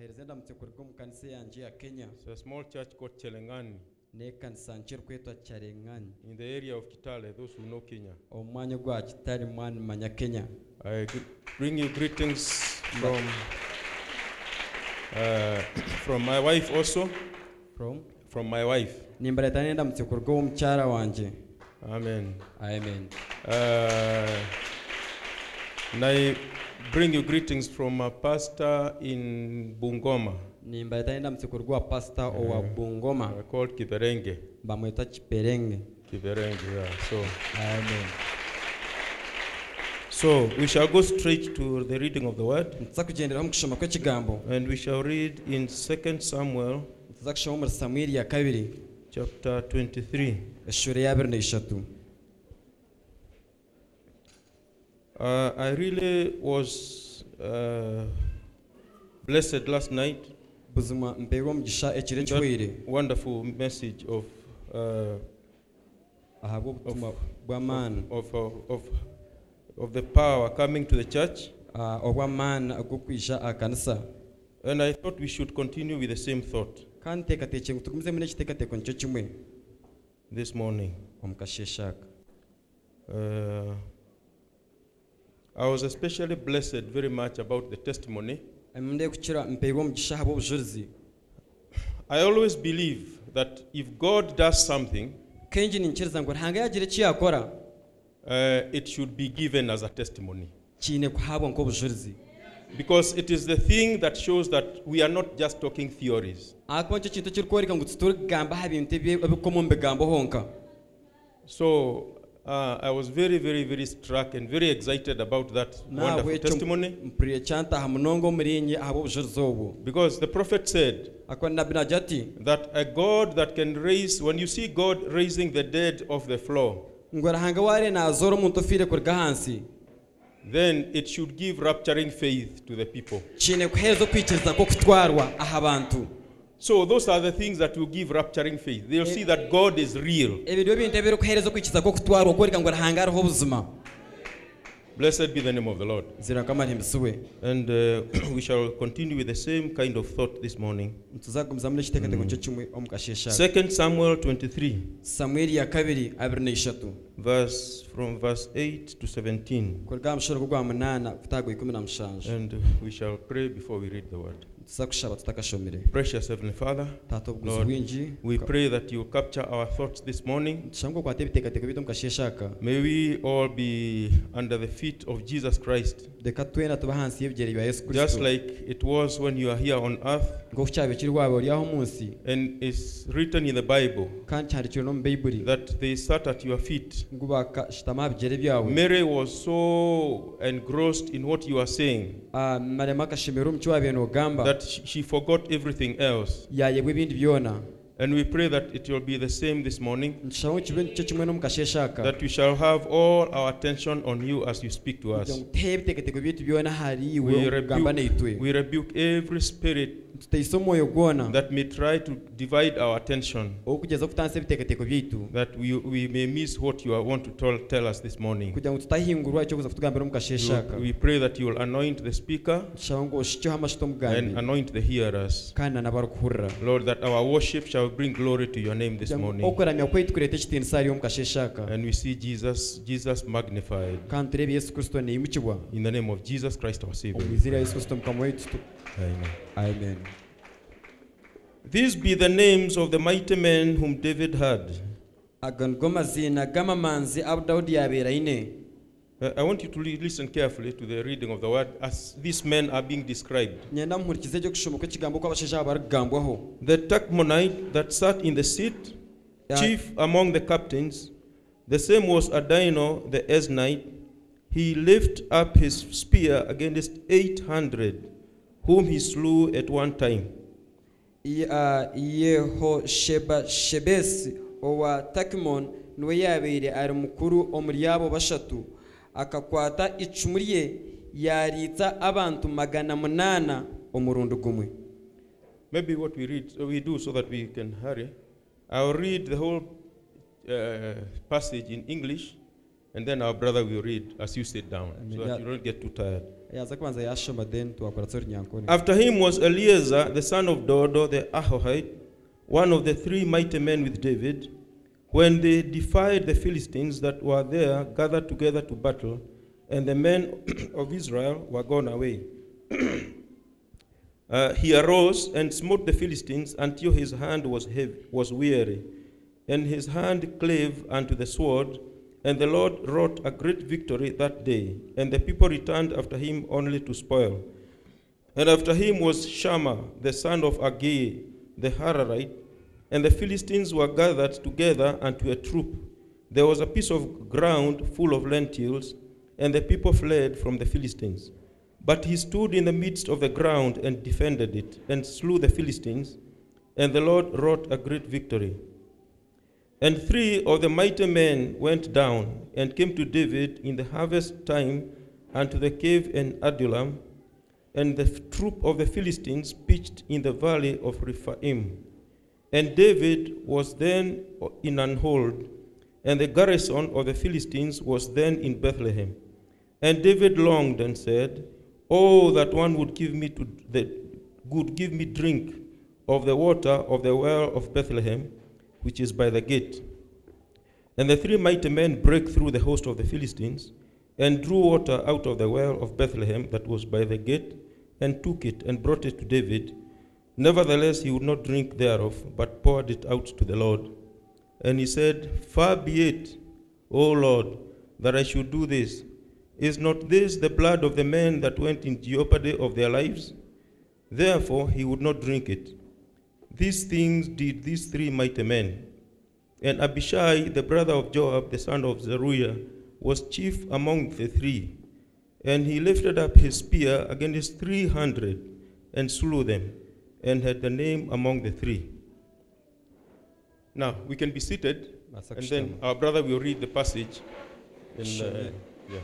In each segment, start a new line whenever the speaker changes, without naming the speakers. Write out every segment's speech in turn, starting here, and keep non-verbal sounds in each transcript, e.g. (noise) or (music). hereze ndamutse kuri bwo mu kanisa yanje ya kenya
It's a small church called Chelengani
n'ekanisa nje rwitwa kyarengani
in the area of Kitale, those who know Kenya.
omwanya gwa kitari mwana manya kenya
I gr- bring you greetings from, uh, from my wife also,
from
from my wife.
nimbaretane ndamutse kuri bwo w'omukyara wanje
Amen.
amen
Uh, and I bring you greetings from a pastor in Bungoma
nimbaretane ndamutse kuri bwo wa pasita owa bungoma
uh, called Kiberenge.
bamwita kiperenge
Kiberenge, yeah. So,
amen
so we shall go straight to the reading of the word,
ntiza kugenderaho mu kushoma kw'ekigambo
and we shall read in 2 Samuel
ntiza kushoma muri samwiri ya kabiri
chapter 23.
eshuri y'abiri n'eshatu
Uh, I really was uh, blessed last night.
buzima mpeerwa omugisha ekiro
That
ekiwire
wonderful message of uh,
ahabw'obutima bw'amaani
of, uh, of, of, of the power coming to the church.
ah, obw'amaani ag'okwija aha kanisa
And I thought we should continue with the same thought
kandi nteekateekire ngu tugumizemu n'ekiteekateeko nikyo kimwe
this morning.
omu kasheeshe aka
Uh, I was especially blessed very much about the testimony.
emindeyo kukira mpeerwa omugisha ahabw'obujulizi
I always believe that if God does something,
kengi ninkiriza ngu ruhanga yagira eki yakora
uh, it should be given as a testimony.
kiine kuhaabwa nk'obujulizi
Because it is the thing that shows that we are not just talking theories.
ahakuba nikyo kintu ekirikworeka ngu tutore kugamba aha bintu ebi- ebikoma omu bigambo honka
So uh, I was very, very, very struck and very excited about that
nahabwa
wonderful
ekyo
testimony.
mpurire kyantaaha munonga omuri nye ahabw'obujulizi obwo
Because the prophet said
akuba nabbi nagira ati
that a God that can raise, when you see God raising the dead off the floor,
ngo rahanga ware nazora omuntu ofiire kuruga ahansi
then it should give rapturing faith to the people.
kiine kuheereza okwikiriza kw'okutwarwa aha bantu
So those are the things that will give rapturing faith. They'll see that God is real.
ebi nibyo bintu ebirikuheereza okwikiriza kw'okutwarwa okworeka ngu rahanga hariho obuzima
Blessed be the name of the Lord.
zira nkamarihembisi we
And uh, (coughs) we shall continue with the same kind of thought this morning.
nituzagumizamu n'ekiteekateeko
Mm.
nikyo kimwe omu kasheesha
2 Samuel 23.
samweri ya kabiri abiri n'eshatu
verse from verse 8 to 17
kuruga aha mushoro gwa munaana kutaha gwa ikumi na mushanju
and we shall pray before we read the word
tuzakushaba tutakashomire
precious heavenly father
tata obuguzi
Lord,
bwingi
we pray that you capture our thoughts this morning
tushange okwata ebiteekateeko byaitu omu kasheesha aka
may we all be under the feet of jesus christ
reka twena tuba hansi y'ebigyere bya yesu
just
kristo
like it was when you are here on earth
nk'oku kyabekiri waaba ori aho omu nsi
and it's written in the bible
kandi kihandikirwe n'omu bayibuli
that they sat at your feet
ngu bakashitama aha bigyere byawe
mary was so engrossed in what you are saying
Ah, marema akashemera omu kiwaabire n'ogamba
that she she forgot everything else
yayebwa ebindi byona
and we pray that it will be the same this morning
nkishaho kibe nikyo kimwe n'omu kasheeshe aka
that we shall have all our attention on you as you speak to
kugira
us.
ngu tutehe ebiteekateeko byaitu byona hari iwe
We
okugamba
rebuke,
naitwe
we rebuke every spirit
tuteise omwoyo gwona
that may try to divide our attention,
okugeza kutanisa ebiteekateeko byaitu
that we, we may miss what you are, want to tell, tell us this morning.
kugira ngu tutahingurwa ekyokuza kutugambira omu kasheeshe
You-
aka
we pray that you will anoint the speaker
nkishaho ngu oshikyeho amashito omugambi
and anoint the hearers.
kandi nana barikuhurira
Lord, that our worship shall bring glory to your name this
kugira ngu
morning.
okuramya kwaitu kureeta ekitiinisa hariyo omu kasheeshe aka
And we see Jesus, Jesus magnified
kandi tureebe yesu kristo neimukibwa
in the name of Jesus Christ our
omu
Savior.
izina rya yesu kristo mukama waitu tu-
Amen.
amen
These be the names of the mighty men whom David had.
aga nigo amaziina g'amamanzi abu dawudi yabeera ine
Uh, I want you to li- listen carefully to the reading of the word as these men are being described.
nyenda muhurikize ekyokushoma kw'ekigambo kw'abashaija abo barikugambwaho
The Tachmonite that sat in the seat,
Yeah.
chief among the captains, the same was Adino the Esnite. He lifted up his spear against 800, whom he slew at one time.
I- ah, yehoshebashebesi owa takimon niwe yabeire ari mukuru omuri abo bashatu akakwata icumu rye yariitsa abantu magana munana omurundi gumwe
Maybe what we read, uh, we do so that we can hurry. I'll read the whole uh, passage in English, and then our brother will read as you sit down,
Amen.
so that
Yeah.
you don't get too tired.
yaza kubanza yashoma then twakora tsori nyankone
After him was Eleazar, the son of Dodo the Ahohite, one of the three mighty men with David. When they defied the Philistines that were there gathered together to battle, and the men (clears throat) of Israel were gone away. (clears throat) Uh, he arose and smote the Philistines until his hand was heavy, was weary, and his hand clave unto the sword. And the Lord wrought a great victory that day, and the people returned after him only to spoil. And after him was Shammah, the son of Agee, the Hararite. And the Philistines were gathered together unto a troop. There was a piece of ground full of lentils, and the people fled from the Philistines. But he stood in the midst of the ground and defended it, and slew the Philistines. And the Lord wrought a great victory. And three of the mighty men went down and came to David in the harvest time unto the cave in Adullam. And the f- troop of the Philistines pitched in the valley of Rephaim. And David was then in an hold, and the garrison of the Philistines was then in Bethlehem. And David longed and said, Oh, that one would give me to the, would give me drink of the water of the well of Bethlehem, which is by the gate. And the three mighty men brake through the host of the Philistines, and drew water out of the well of Bethlehem that was by the gate, and took it and brought it to David. Nevertheless, he would not drink thereof, but poured it out to the Lord. And he said, Far be it, O Lord, that I should do this. Is not this the blood of the men that went in jeopardy of their lives? Therefore, he would not drink it. These things did these three mighty men. And Abishai, the brother of Joab, the son of Zeruiah, was chief among the three. And he lifted up his spear against three hundred and slew them, and had the name among the three. Now, we can be seated,
Basa
and then
kushikama.
our brother will read the passage. in, uh,
Sure.
yeah.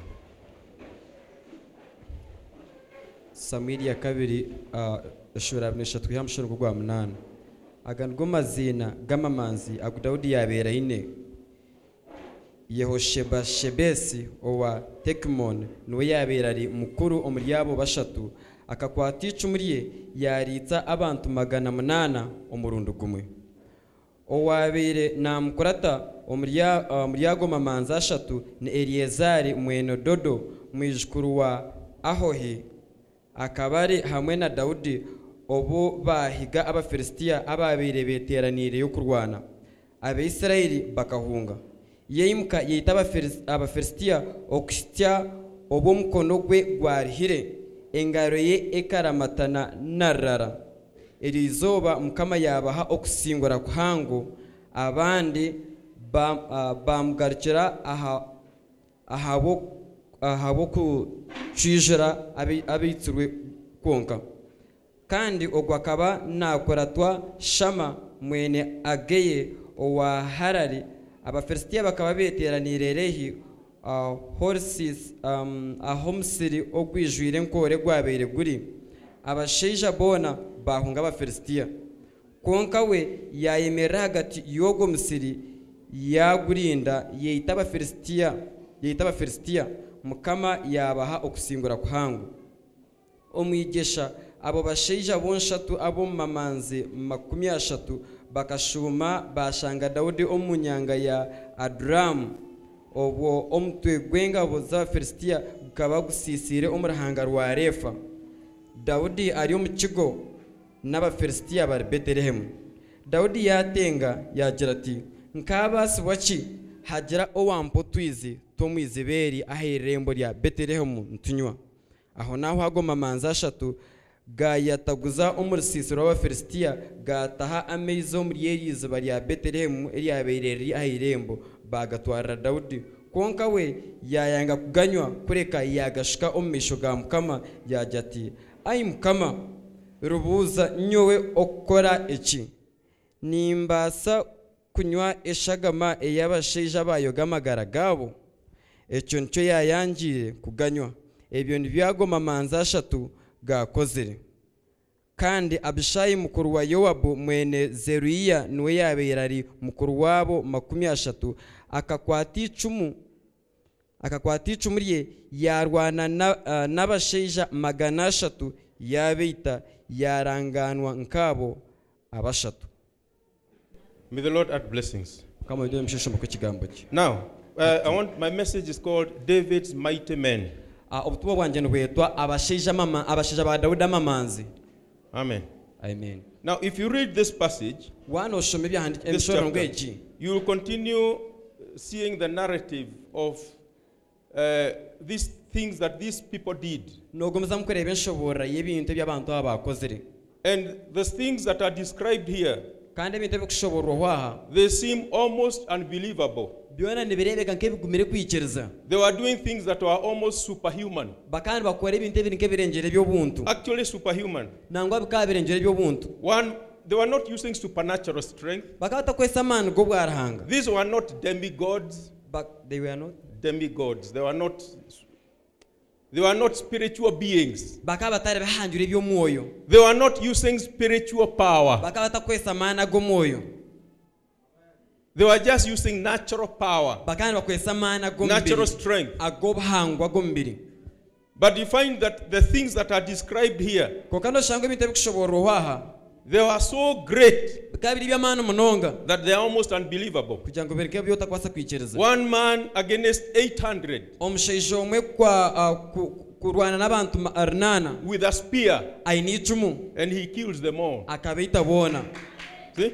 samwiri ya kabiri ah, eshura abiri n'eshatu ya mushinga gwa munani aga nigo mazina g'amamanzi ago dawudi yabera ine yehosheba shebesi owa tekimoni niwe yabera ari mukuru omu ryabo bashatu akakwata icumu rye yaritsa abantu magana munana omurundi gumwe owabire namukurata omu ryago mamanzi ashatu ni eliyezari mwene dodo mwijukuru wa ahohi akaba ari hamwe na dawudi obo bahiga abafilisitiya ababire beteranireyo kurwana abaisirayiri bakahunga yeyimuka yita abafilis- abafilisitiya okusitya obo omukono gwe gwarihire engaro ye ekaramatana narara iri izooba mukama yabaha okusingura kuhango abandi ba- ah, bamugarukira aha- ahabo- ahab'okutwijira abi- abaitsirwe kwonka kandi ogwo akaba nakuratwa shama mwene ageye owa harari abafilisitiya bakaba beteranire rehi ah, horses um, aho musiri ogwijwire nkore gwabeire guri abashaija boona bahunga abafilisitiya konka we yayemerera hagati y'ogwo musiri yagurinda yeita abafilisitiya yeita abafilisitiya mukama yabaha okusingura kuhango omwigisha abo bashaija bonshatu ab'omu mamanzi makumi ashatu bakashuma bashanga dawudi omu nyanga ya aduramu obwo omutwe gw'engabo z'abafilisitiya gukaba gusiisire omu ruhanga rwa refa dawudi ari omu kigo n'abafilisitiya bari betelehemu dawudi yatenga yagira ati nk'abasibwa ki hagira owampa otwizi tw'omwiziberi aha irembo rya betelehemu nitunywa aho naho hagoma amanzi ashatu gayataguza omu rusiisiro rw'abafilisitiya gataha amaizi omu ryeri iziba rya betelehemu eryabeire riri aha irembo bagatwarira dawudi konka we yayanga kuganywa kureka yagashuka omu maisho ga mukama yagira ati ayi mukama rubuuza nyowe okukora eki nimbaasa kunywa eshagama ey'abashaija baayoga amagara gaabo ekyo nikyo yayangiire kuganywa ebyo nibyagoma manzi ashatu gakozire kandi abishayi mukuru wa yowabu mwene zeruyiya niwe yabeera ari mukuru waabo makumi ashatu akakwata icumu akakwata icumu rye yarwana na- ah, n'abasheija magana ashatu y'abeita yaranganwa nkabo abashatu
May the Lord add blessings.
mukama widoye mushishimo ku kigambo cye
Now, uh, I want my message is called David's Mighty Men.
Ah, obutumwa bwanjye nibwetwa abasheija mama- abasheija ba dawudi amamanzi
Amen.
amen
Now, if you read this passage,
wanoshoma ebyahandi-
this
ebishoborango
chapter,
egi
you will continue uh, seeing the narrative of uh, these things that these people did
nogomeza mukureba enshobora y'ebintu eby'abantu aba bakozire
and the things that are described here.
kandi ebintu ebikushoborwa hwaha
They seem almost unbelievable.
byona nibirebeka nk'ebigumire kwikereza
They were doing things that were almost superhuman,
bakandi bakora ebintu ebiri nk'ebirengere by'obuntu
actually superhuman.
nangwa bikaba birengere by'obuntu
One, they were not using supernatural strength.
bakaba batakozesa amaani g'obwarahanga
These were not demigods.
But they were not-
demigods. They were not they were not spiritual beings.
bakaba batari bihanjure eby'omwoyo
They were not using spiritual power.
bakaba batakozesa amaani ag'omwoyo
They were just using natural power,
bakandi bakozesa amaani ag'omubiri
natural strength.
ag'obuhangwa ag'omubiri
But you find that the things that are described here,
konka noshanga ebintu ebikushoborwa hwaha
they were so great
bikaba biri by'amaani munonga
that they are almost unbelievable.
kugira ngo bireke byotakwasa kwikereza
One man against 800
omushaija omwe kwa ah, ku- kurwana n'abantu ma- arunana
with a spear
aine icumu
and he kills them all.
akabaita boona
See?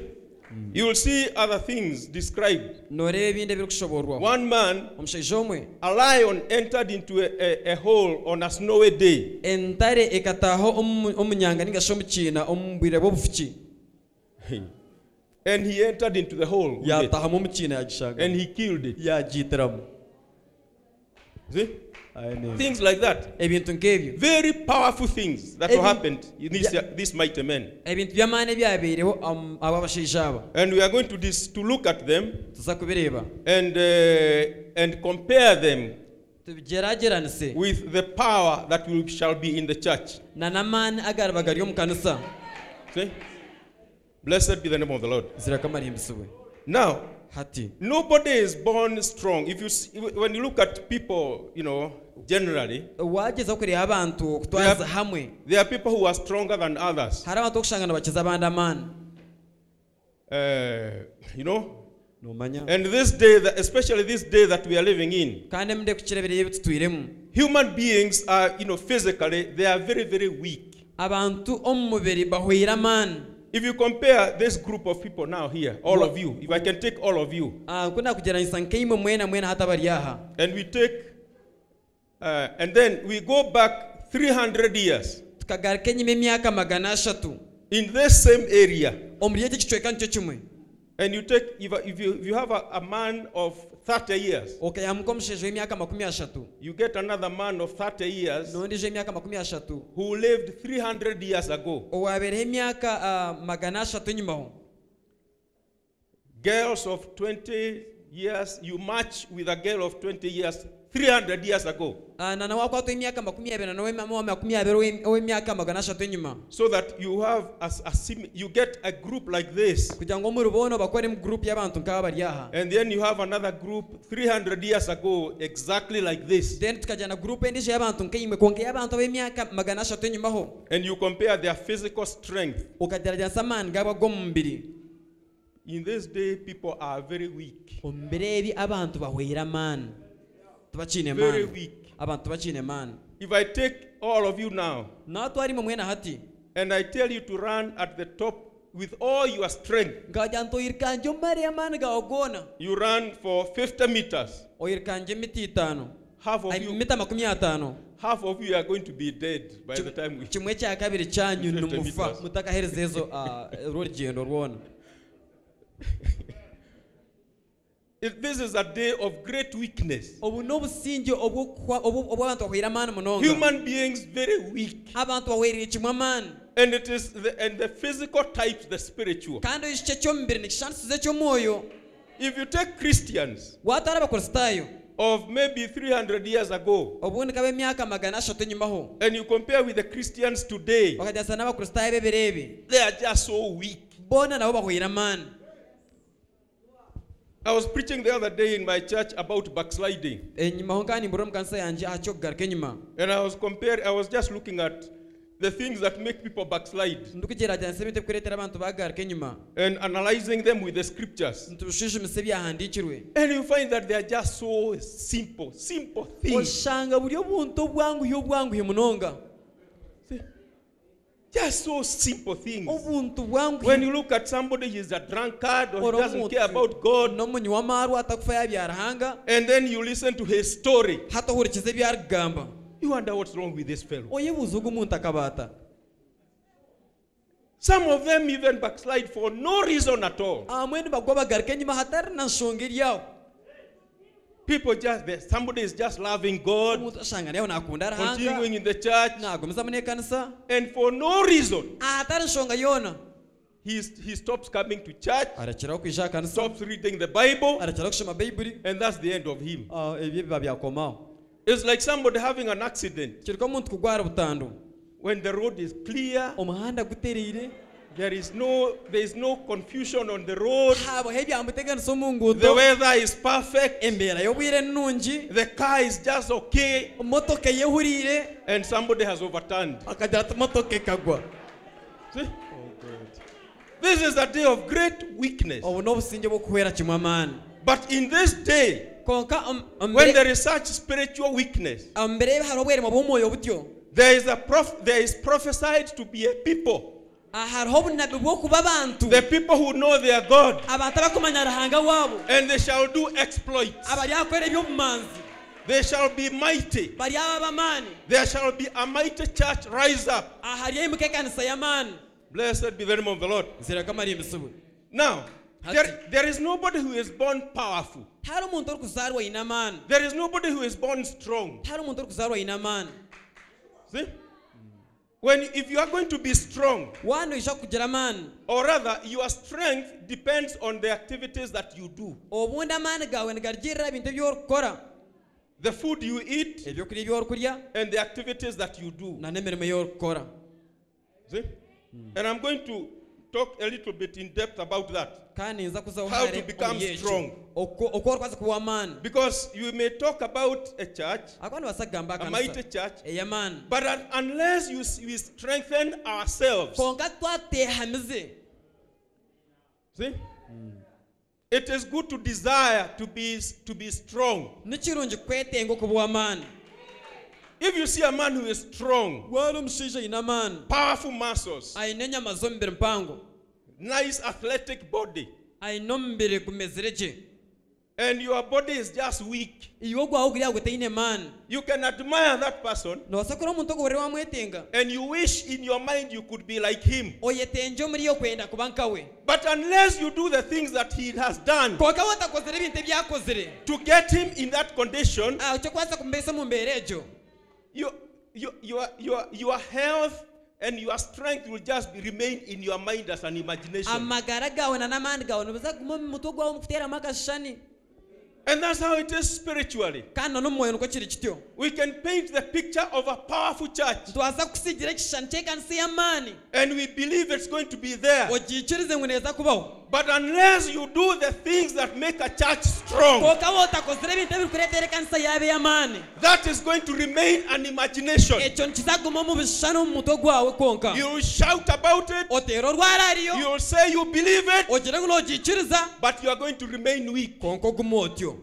You will see other things described.
noreba ebindi ebirukushoborwaho
One man,
omushaija omwe
a lion entered into a, a, a hole on a snowy day. (laughs)
entare ekataho omu- omunyanga ningashi omukiina omu bwire bw'obufuki
and he entered into the hole with it,
yatahamu omukiina
and
yagishanga
he killed it.
yagiitiramu
See?
Amen.
Things like that.
ebintu nk'ebyo
Very powerful things that
Ebi-
happened in this,
Yeah.
this mighty men.
ebintu by'amaani ebyabeereho am- abo abashaija aba
And we are going to, dis- to look at them
tuza kubireeba
and, uh, and compare them
tubigerageranise
with the power that will, shall be in the church.
na n'amaani agariba gari omu kanisa
See? Blessed be the name of the Lord.
zirakamarimbisibwe
Now,
hati
nobody is born strong. If you see, when you look at people, you know, generally,
wageza kureba abantu okutwaza hamwe
there are people who are stronger than others.
hari abantu okushangana bakiza abandi amaani
Uh, you know,
nomanya
and this day, that, especially this day that we are living in,
Eh, kandi mbe kukireberera ebi tutwiremu
human beings are, you know, physically, they are very, very weak.
abantu omu mubiri bahwire amaani
If you compare this group of people now here, all of you, if I can take all of you,
Ah, nku nakugeranyisa nkaimwe mwena mwena hata bari aha
and we take, uh, and then we go back 300 years
tukagaruka enyuma emyaka magana ashatu
in this same area,
omuri eki kicweka nicyo kimwe
and you take, if, if, you, if you have a, a man of 30 years,
okayamuka omusheija w'emyaka makumi ashatu
you get another man of 30 years
n'ondiijo emyaka makumi ashatu
who lived 300 years ago.
owabeereho emyaka ah, magana ashatu enyumaho
Girls of 20 years, you match with a girl of 20 years, 300 years ago,
Ah, na nawe akwatwa emyaka makumi abiri na nawe mama wa makumi abiri ow'em- ow'emyaka magana ashatu enyuma
so that you have a, a sim, you get a group like this,
kugira ngo muri bono bakoremo gurupu y'abantu nk'aba bari aha
and then you have another group 300 years ago, exactly like this,
then tukajyana gurupu endije y'abantu nk'imwe konka y'abantu ab'emyaka magana ashatu enyumaho
and you compare their physical strength.
ukagerageza amaani gaba go mu mubiri
In this day, people are very weak,
omu biro ebi abantu bahwera amaani tubakiine
very
amaani
weak.
abantu tubakiine amaani
If I take all of you now
nawe twarimo mwena hati
and I tell you to run at the top with all your strength,
ngagira nti oyirikanje omumare y'amaani gawe goona
you run for 50 meters.
oyirikanje emiti itaano
Half of
Ai,
you
mita makumi ataano
Half of you are going to be dead by the time we.
kimwe kya kabiri cyanyu
Fifty
nimufa
meters.
mutakahereza ezo ah, rugendo rwona
If this is a day of great weakness.
ubu ni obusinge obw'abantu bahwera amaani munonga
Human beings very weak,
abantu bahwerire kimwe amaani
and it is the, and the physical types the spiritual.
kandi ekice ky'omubiri nikishanisiza eky'omwoyo
If you take Christians
watwara abakorisitaayo
of maybe 300 years ago,
obundi kaba emyaka magana ashatu enyumaho
and you compare with the Christians today,
bakagerageza n'abakorisitaayo b'ebiro ebi
they are just so weak.
boona nabo bahwire amaani
I was preaching the other day in my church about backsliding,
enyuma aho kandi mbura omukanisa yanjye aha kyokugaruka enyuma
and I was comparing, I was just looking at the things that make people backslide
ndikugeragyanisa ebintu ebikureetera abantu bagaruka enyuma
and analyzing them with the scriptures.
ntubishishimise ebyahandikirwe
And you find that they are just so simple, simple things.
oshanga buri obuntu obwanguhi obwanguhi munonga
Just so simple things.
obuntu
When
bwanguhi
you look at somebody, he's a drunkard or he doesn't care about God,
n'omunywi w'amaarwa atakufa yabyarahanga
and then you listen to his story,
hatohurikiza ebyarikugamba
you wonder what's wrong with this fellow.
oyebuuza ogu omuntu akabaata
Some of them even backslide for no reason at all.
amwe nibagwa bagaruka enyuma hatari na nshonga eryaho
People just there. Somebody is just loving God,
omuntu ashanga nayo nakunda arahanga
continuing in the church,
nagumiza mu n'ekanisa
and for no reason
ahatari Ah, nshonga yoona
he, is- he stops coming to church,
arekeraho kwija aha kanisa
stops reading the Bible,
arekeraho kushoma bayibuli
and that's the end of him.
ah, ebyo biba byakomaho
It's like somebody having an accident
kiruka omuntu kugwara butando
when the road is clear.
omuhanda gutereire
There is no there is no confusion on the road.
habaho ebyamuteganisa omu
The
nguuto
weather is perfect.
embeera y'obwire nungi
The car is just okay,
motoka eyehuriire
and somebody has overturned.
akagira ati motoka ekagwa
See? Oh God. This is a day of great weakness.
obu n'obusingye bw'okuhwera kimwe amaani
But in this day,
konka um, om- omu
When
bire-
there is such spiritual weakness,
omu bire hariho obwerema bw'omwoyo butyo
there is a prof- there is prophesied to be a people.
Ah, hariho obunabi bw'okuba abantu
The people who know their God
abantu abakumanya ruhanga waabo
and they shall do exploits.
abari abakorera eby'obumanzi
They shall be mighty.
bari ab'abamaani
There shall be a mighty church rise up.
ahariyo imuka ekanisa y'amaani
Blessed be the name of the Lord.
nzira kamarimbisibwe
Now, there, there is nobody who is born powerful.
hari omuntu orikuzaarwa aine amaani
There is nobody who is born strong.
hari omuntu orikuzaarwa aine amaani
See? When if you are going to be strong,
waanoija kugira amaani
or rather your strength depends on the activities that you do.
obundi amaani gaawe nigarugirira ebintu ebi orikukora
The food you eat
ebyokurya ebi orikurya
and the activities that you do.
na n'emirimo ei orikukora
See? And I'm going to talk a little bit in depth about that.
kandi nza kuzaho
How to become strong.
oku orikwaza kuba amaani
Because you may talk about a church,
akoba nibasa kugamba
a mighty
akanisa
church,
ey'amaani
but un- unless you, s- we strengthen ourselves,
konka twatehamize
see? It is good to desire to be, s- to be strong.
ni kirungi kwetenga okuba ow'amaani
If you see a man who is strong,
waari omushaija aine amaani
powerful muscles,
aine enyama z'omubiri mpango
nice athletic body,
aine omubiri gumezire gye
and your body is just weak,
iwe gwawe ogurya gutaine maani
you can admire that person
noosa kuri omuntu ogurire wamwetenga
and you wish in your mind you could be like him.
oyetenje omuri yo kwenda kuba nkawe
But unless you do the things that he has done
konka watakozire ebintu ebyakozire
to get him in that condition,
aho kyokubaasa kumubaisa mu mbeera egyo
you, you, your, your, your health and your strength will just be- remain in your mind as an imagination.
amagara gawe na n'amaani gawe nibiza kuguma omu mutwe gwawe mukuteeramu akashushani
And that's how it is spiritually.
kandi na n'omwoyo nikwo kiri kityo
We can paint the picture of a powerful church
ntwaza kusigira ekishushani ky'ekanisa y'amaani
and we believe it's going to be there.
ogiikirize ngu neeza kubaho
But unless you do the things that make a church strong,
konka wootakozire ebintu ebirikureetera ekanisa yaaba ey'amaani
that is going to remain an imagination.
ekyo nikizaguma omu bishushani omu mutwe gwawe konka
You will shout about it,
oteera orwara ariyo
you will say you believe it,
ogire ngu n'ogiikiriza
but you are going to remain weak.
konka oguma otyo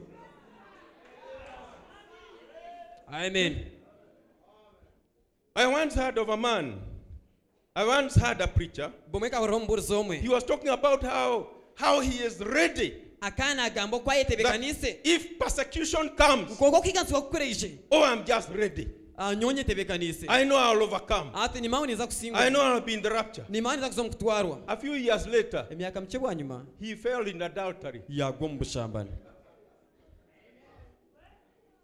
amen
I once heard of a man. I once heard a preacher.
bumwe kahurireho omubuurizi omwe
He was talking about how how he is ready.
akaana agamba oku
that
ayetebekanise
if persecution comes,
konka Ah, okwikansiwa kukureije
oh, I'm just ready.
nyowe nyetebekanise
I know I'll overcome.
ati nimawe niza
I
kusingwa
know I'll be in the rapture.
nimawe niza kuza mu kutwarwa
A few years later,
emyaka mike bwanyuma
he fell in adultery.
yagwa mu bushambani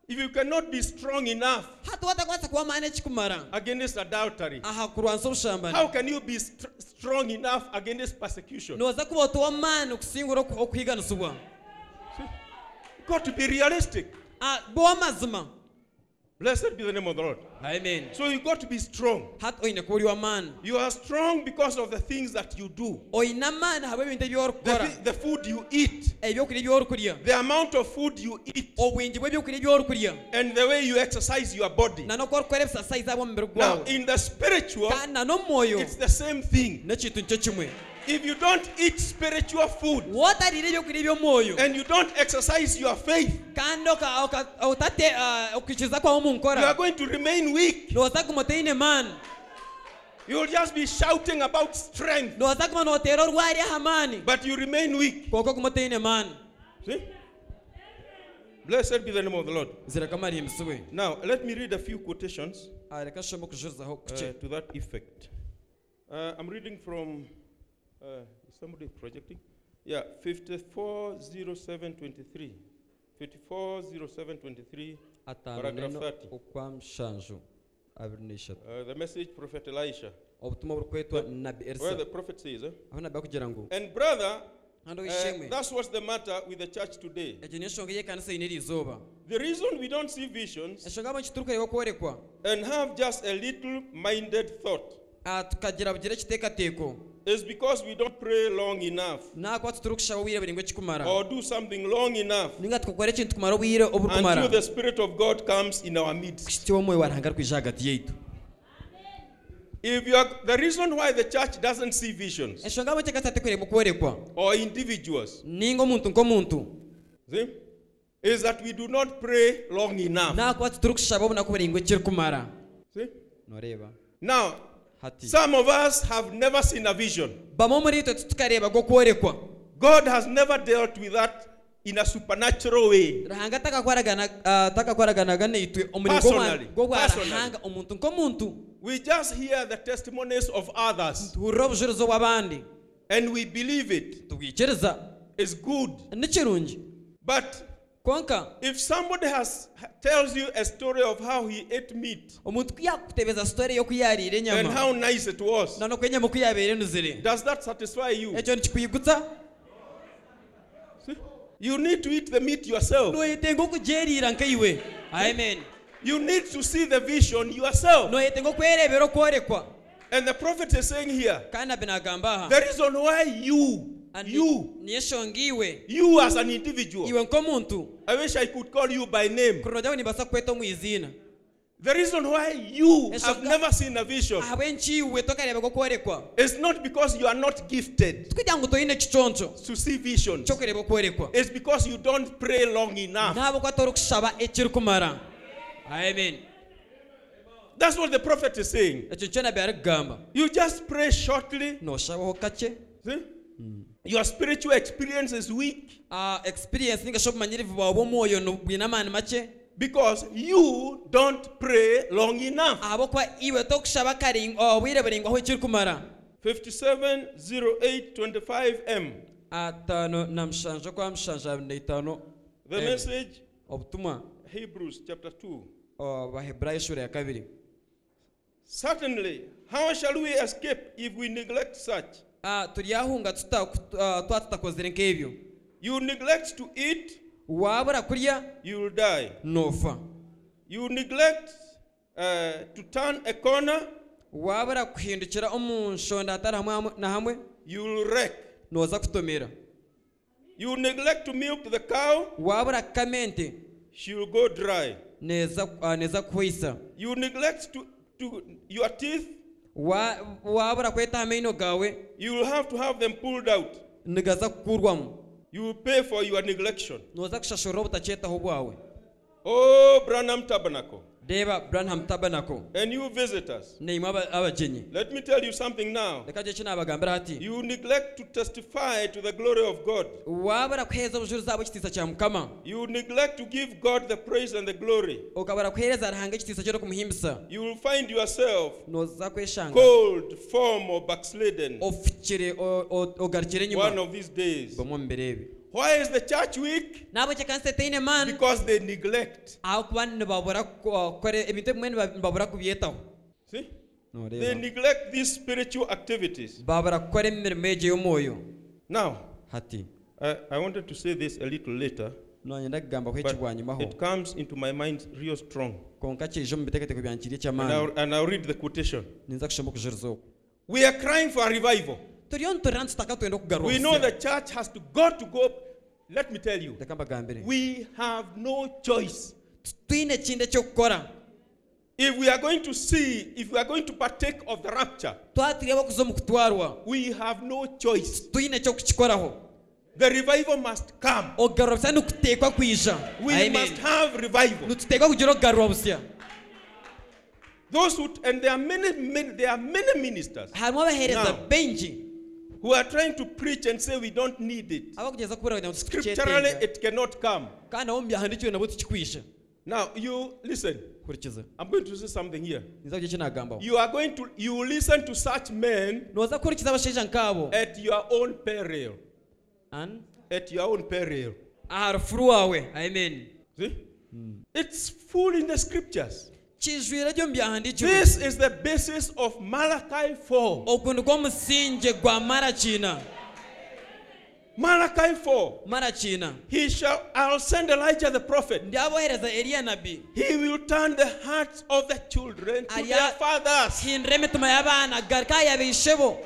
If you cannot be strong enough
hati watakwasa kuba maani ekikumara
against adultery,
aha kurwanisa
how
obushambani
can you be str- strong enough against persecution?
nooza kuba otuwa maani okusingura oku- okuhiganisibwa
You've got to be realistic.
Ah, bw'amazima
Blessed be the name of the Lord.
amen
So you got to be strong.
hati oine kuba oli wamaani
You are strong because of the things that you do.
oine amaani habwa ebintu ebi
The,
orikukora
thi- the food you eat,
ebyokurya ebi orikurya
the amount of food you eat,
obwingi bw'ebyokurya ebi orikurya
and the way you exercise your body.
na n'oku orikukora ebisasayizi ab'omu mubiri
Now,
gwawe
in the spiritual,
kandi na n'omwoyo
it's the same thing.
n'ekintu nikyo kimwe
If you don't eat spiritual food
wootariire ebyokurya eby'omwoyo
and you don't exercise your faith,
kandi oka- oka- otate ah, okukiriza kwawe omu
you are
nkora
going to remain weak.
nooza kuguma otaine maani
You'll just be shouting about strength,
nooza kuguma nooteera orwari aha maani
but you remain weak.
kwonka okuguma otaine maani
See? Blessed be the name of the Lord.
zireka amarimbisi we
Now, let me read a few quotations
Ah, reka nshome okujurizaho
uh,
kuki
to that effect. Uh, I'm reading from uh, is somebody projecting. Yeah, 540723. 540723.
ataano
Paragraph
neno
30.
okwa mushanju abiri n'eshatu
Uh, the message Prophet Elisha,
obutumwa burikwetwa nabi
where the
erisa
prophet says, eh,
aho nabi akugira ngu
And brother,
hando
uh,
wishimwe
that's what's the matter with the church today.
egyo niyo nshonga y'ekanisa eine erizooba
The reason we don't see visions
eshonga abonki turikureeba kworekwa
and have just a little minded thought
ah, tukagira bugira ekiteekateeko
is because we don't pray long enough
nakuba tuturikushaho obwire buringwa ekikumara
or do something long enough
ninga tukakora ekintu kumara obwire oburikumara
until the Spirit of God comes in our midst.
kiti omwoyo waranga rwija hagati yaitu
If you are, the reason why the church doesn't see visions
eshonga abonki ekanisa terikureeba kworekwa
or individuals
ninga omuntu nk'omuntu
see, is that we do not pray long enough.
nakuba tuturikushaho obunaku buringwa ekirikumara
See?
noreeba
Now,
hati
some of us have never seen a vision.
bamwe muri twe tukareeba gw'okworekwa
God has never dealt with that in a supernatural way.
ruhanga takakwaragana ah, takakwaraganaga naitwe omurimo gw'obwa-
Personally,
gw'obwarahanga omuntu nk'omuntu
We just hear the testimonies of others
tuhurira obujulizi obw'abandi
and we believe it
tubwikiriza
is good.
ni kirungi
But
konka
if somebody has tells you a story of how he ate meat
omuntu yakutebeza sitore y'okuyariira
and
enyama
how nice it was,
na n'oku enyama oku yabeire enuzire
Does that satisfy you?
ekyo nikikwigutsa
See? You need to eat the meat yourself.
noyetenga okugyeriira nkaiwe amen
You need to see the vision yourself.
noyetenga okwereebera okworekwa
And the prophet is saying here
kandi nabi nagamba aha
the reason why you,
Ani-
you,
niyo eshonga iwe
you as an individual,
iwe nk'omuntu
I wish I could call you by name.
kurungi abo nibaasa kukweta omu izina
The reason why you
Yes,
have
I've got-
never seen a vision
ahabw'enkiiwe tokareebega okworekwa
is not because you are not gifted
tikugira ngu toine ekiconco
to see visions,
kyokureba okwerekwa
it's because you don't pray long enough.
nahabwokuba torikushaba ekirikumara amen
That's what the prophet is saying.
ekyo nikyo nabi arikugamba
You just pray shortly.
noshabaho kakye
See? Hmm. Your spiritual experience is weak.
Ah, experience ningashi obumanyirivu bwawe bw'omwoyo no- bwine amaani make
Because you don't pray long enough.
ahabwokuba iwe tokushaba karing- oh, obwire buringwaho ekirikumara
570825M.
atano na mushanju kwa mushanju abiri naitano
The
Amen.
message,
obutumwa
Hebrews chapter 2.
oh, baheburayo eshura ya kabiri
Certainly, how shall we escape if we neglect such?
Ah, turyahunga tuta- kut- ah, twaba tutakozire nk'ebyo
You neglect to eat,
wabura kurya
you will die.
nofa
You neglect uh, to turn a corner,
wabura kuhindukira omu nshonda hatari hamwe hamwe na hamwe
you will wreck.
noza kutomera
You neglect to milk the cow,
wabura kukama ente
she will go dry.
neza ah, neza kuhwisa
You neglect to, to your teeth,
Wa- wabura kweta amaino gawe
you will have to have them pulled out.
nigaza kukurwamu
You will pay for your neglection.
noza kushashurira obutakyetaho bwawe
Oh, Branham Tabernacle,
reba branham tabanako
and you visitors,
neimwe aba- abagenyi
let me tell you something now.
reka gye kinabagambira hati
You neglect to testify to the glory of God.
wabura kuheereza obujulizi abo ekitiisa kya mukama
You neglect to give God the praise and the glory.
okabura kuheereza arihanga ekitiisa ky'orikumuhimbisa
You will find yourself
noza kweshanga
cold, form, or backslidden
Oh, ofikire o- o- ogarukire
one
enyuma
of these days.
bamwe omu biro ebi
Why is the church weak?
nabo ekyekanisa etaine maani
Because they neglect.
ahakuba nibabura kukora ebintu ebimwe niba- nibabura kubyetaho
See? They neglect these spiritual activities.
babura kukora emirimo egyo y'omwoyo
Now,
hati
I, I wanted to say this a little later.
nonye ndakugamba
But
ekigwanyimaho
it comes into my mind real strong.
konka kije mu biteeketeeko byange kiri
And
ekyamaani
I'll, and I'll read the quotation.
ninza kushoma okujuriza oku
We are crying for a revival.
turiyo nituriira nitutaka twenda
We know
okugarura
the church has to go to go. Let me tell you,
ndakamba gambire
we have no choice.
twine ekindi ekyokukora
If we are going to see, if we are going to partake of the rapture,
twatirireho okuza omu kutwarwa
we have no choice.
twine ekyokukikoraho
The revival must come.
okugarura busya nikuteekwa kwija
We
Amen.
must have revival.
nituteekwa kugira okugarura busya
Those who, and there are many, many, there are many ministers
harimu abahereza
Now.
baingi
who are trying to preach and say we don't need it.
abakugeza kubura kugira ngo
Scripturally,
tukikyetenga
it cannot come.
kandi abo mu byahandikiwe nabo tukikwisha
Now, you listen.
kurikiza
I'm going to say something here.
niza kugira icyo nagambaho
You are going to you listen to such men
noza kurikiza abashaija nkabo
at your own peril.
An?
At your own peril.
aha rufuru wawe amen
See? It's full in the scriptures.
kijwire ryo mu byahandikiwe
This is the basis of Malachi 4.
ogu nigwo omusinge gwa marakiina
Malachi 4.
marakiina
He shall I'll send Elijah the prophet.
ndyabohereza eriya nabi
He will turn the hearts of the children to their
Aria-
fathers.
hindura emitima y'abaana garuka aha yabaishebo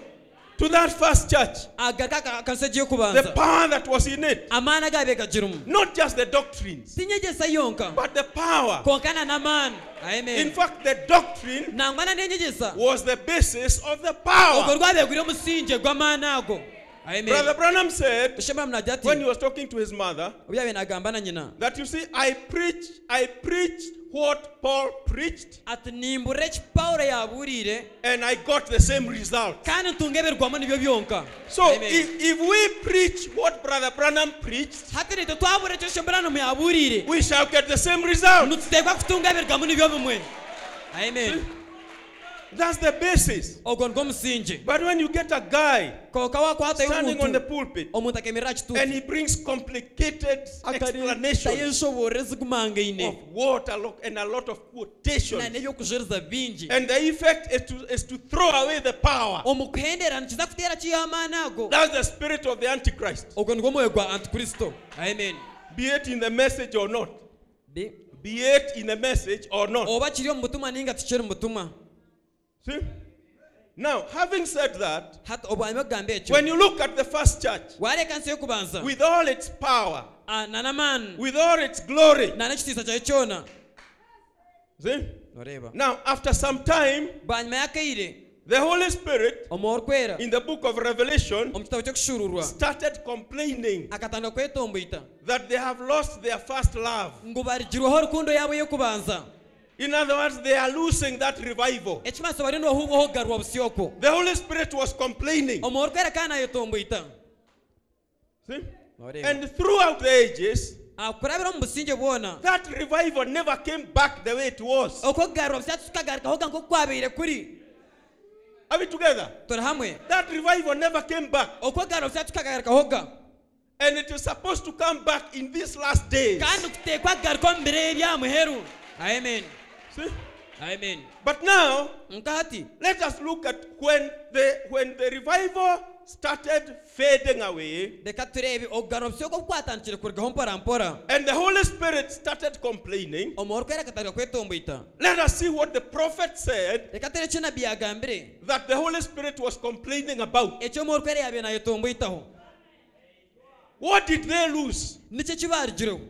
To that first church.
agaruka aka kanisa egiye
The
kubanza
power that was in it.
amaani gabe gagirimu
Not just the doctrines,
si nyegesa yonka
but the power.
konkana n'amaani
In
amen
fact, the doctrine
nangwana n'enyegesa
was the basis of the power.
ogo rwabegwire omusinge gw'amaani ago
Brother
amen
Branham said
shemuramu najya ati
when he was talking to his mother
obyabe nagamba na nyina
that you see, I preach, I preached what Paul preached,
ati nimburira eki pawulo yaburire
and I got the same result.
kandi ntungeberwamo nibyo byonka
So if, if we preach what Brother Branham preached,
hatiri twe twabura icyo shemurano muyaburire
we shall get the same result.
nitutekwa kutungeberwamo nibyo bimwe amen
Hmm? That's the basis.
ogwo nigwo musingi
But when you get a guy
koka wakwatayo
standing on the
omuntu
pulpit
omuntu akemerera
and
kituti
he brings complicated explanations
akareetayo
of
zigumangaine
what a lot, and a lot of
na
quotations.
n'ebyokujuriza bingi
And the effect is to, is to throw away the power.
omu kuhendera nikiza kuteera kiyo amaani ago
That's the spirit of the Antichrist.
ogwo nigwo mwoyo gwa antikristo amen
Be it in the message or not.
Bi-
Be it in the message or not.
oba kiri omu mutima ninga tikiri mu mutima
See? Now, having said that,
hati obwanyuma kugamba ekyo
when you look at the first church,
wareka nsi y'okubanza
with all its power,
Ah, nanamaani
with all its glory,
nanekitiisa kyayo kyona
see?
noreeba
Now, after some time,
bwanyuma y'akaire
the Holy Spirit
omwoyo orikwera
in the book of Revelation
omu kitabo ky'okushuururwa
started complaining
akatandika kwetomboita
that they have lost their first love.
ngu barigirweho orukundo yaabo y'okubanza
In other words, they are losing that revival.
ekimanyisa bariyo nibahubwaho okugarurwa busi okwo
The Holy Spirit was complaining.
omwoyo orikwera kandi nayetomboita
See?
Noreeba.
And throughout the ages,
Ah, kurabira omu businge bwona
that revival never came back the way it was.
oku okugarurwa busi hati tukagarukaho ganka oku kwabaire kuri
Are we together?
turi hamwe
That revival never came back.
oku okugarurwa busi hati tukagarukaho ga
And it is supposed to come back in these last days.
kandi kuteekwa kugaruka omu biro ebya muheru amen
See?
amen
But now,
nka hati
let us look at when the, when the revival started fading away
reka turebe ogarura busi okwo kwatandikire kurugaho mpora mpora
and the Holy Spirit started complaining.
omwoyo orikwera akatandika kwetomboita
Let us see what the prophet said
reka tere eki nabi yagambire
that the Holy Spirit was complaining about.
eki omwoyo orikwera yabiire nayetomboitaho
What did they lose?
nikyo kibarigireho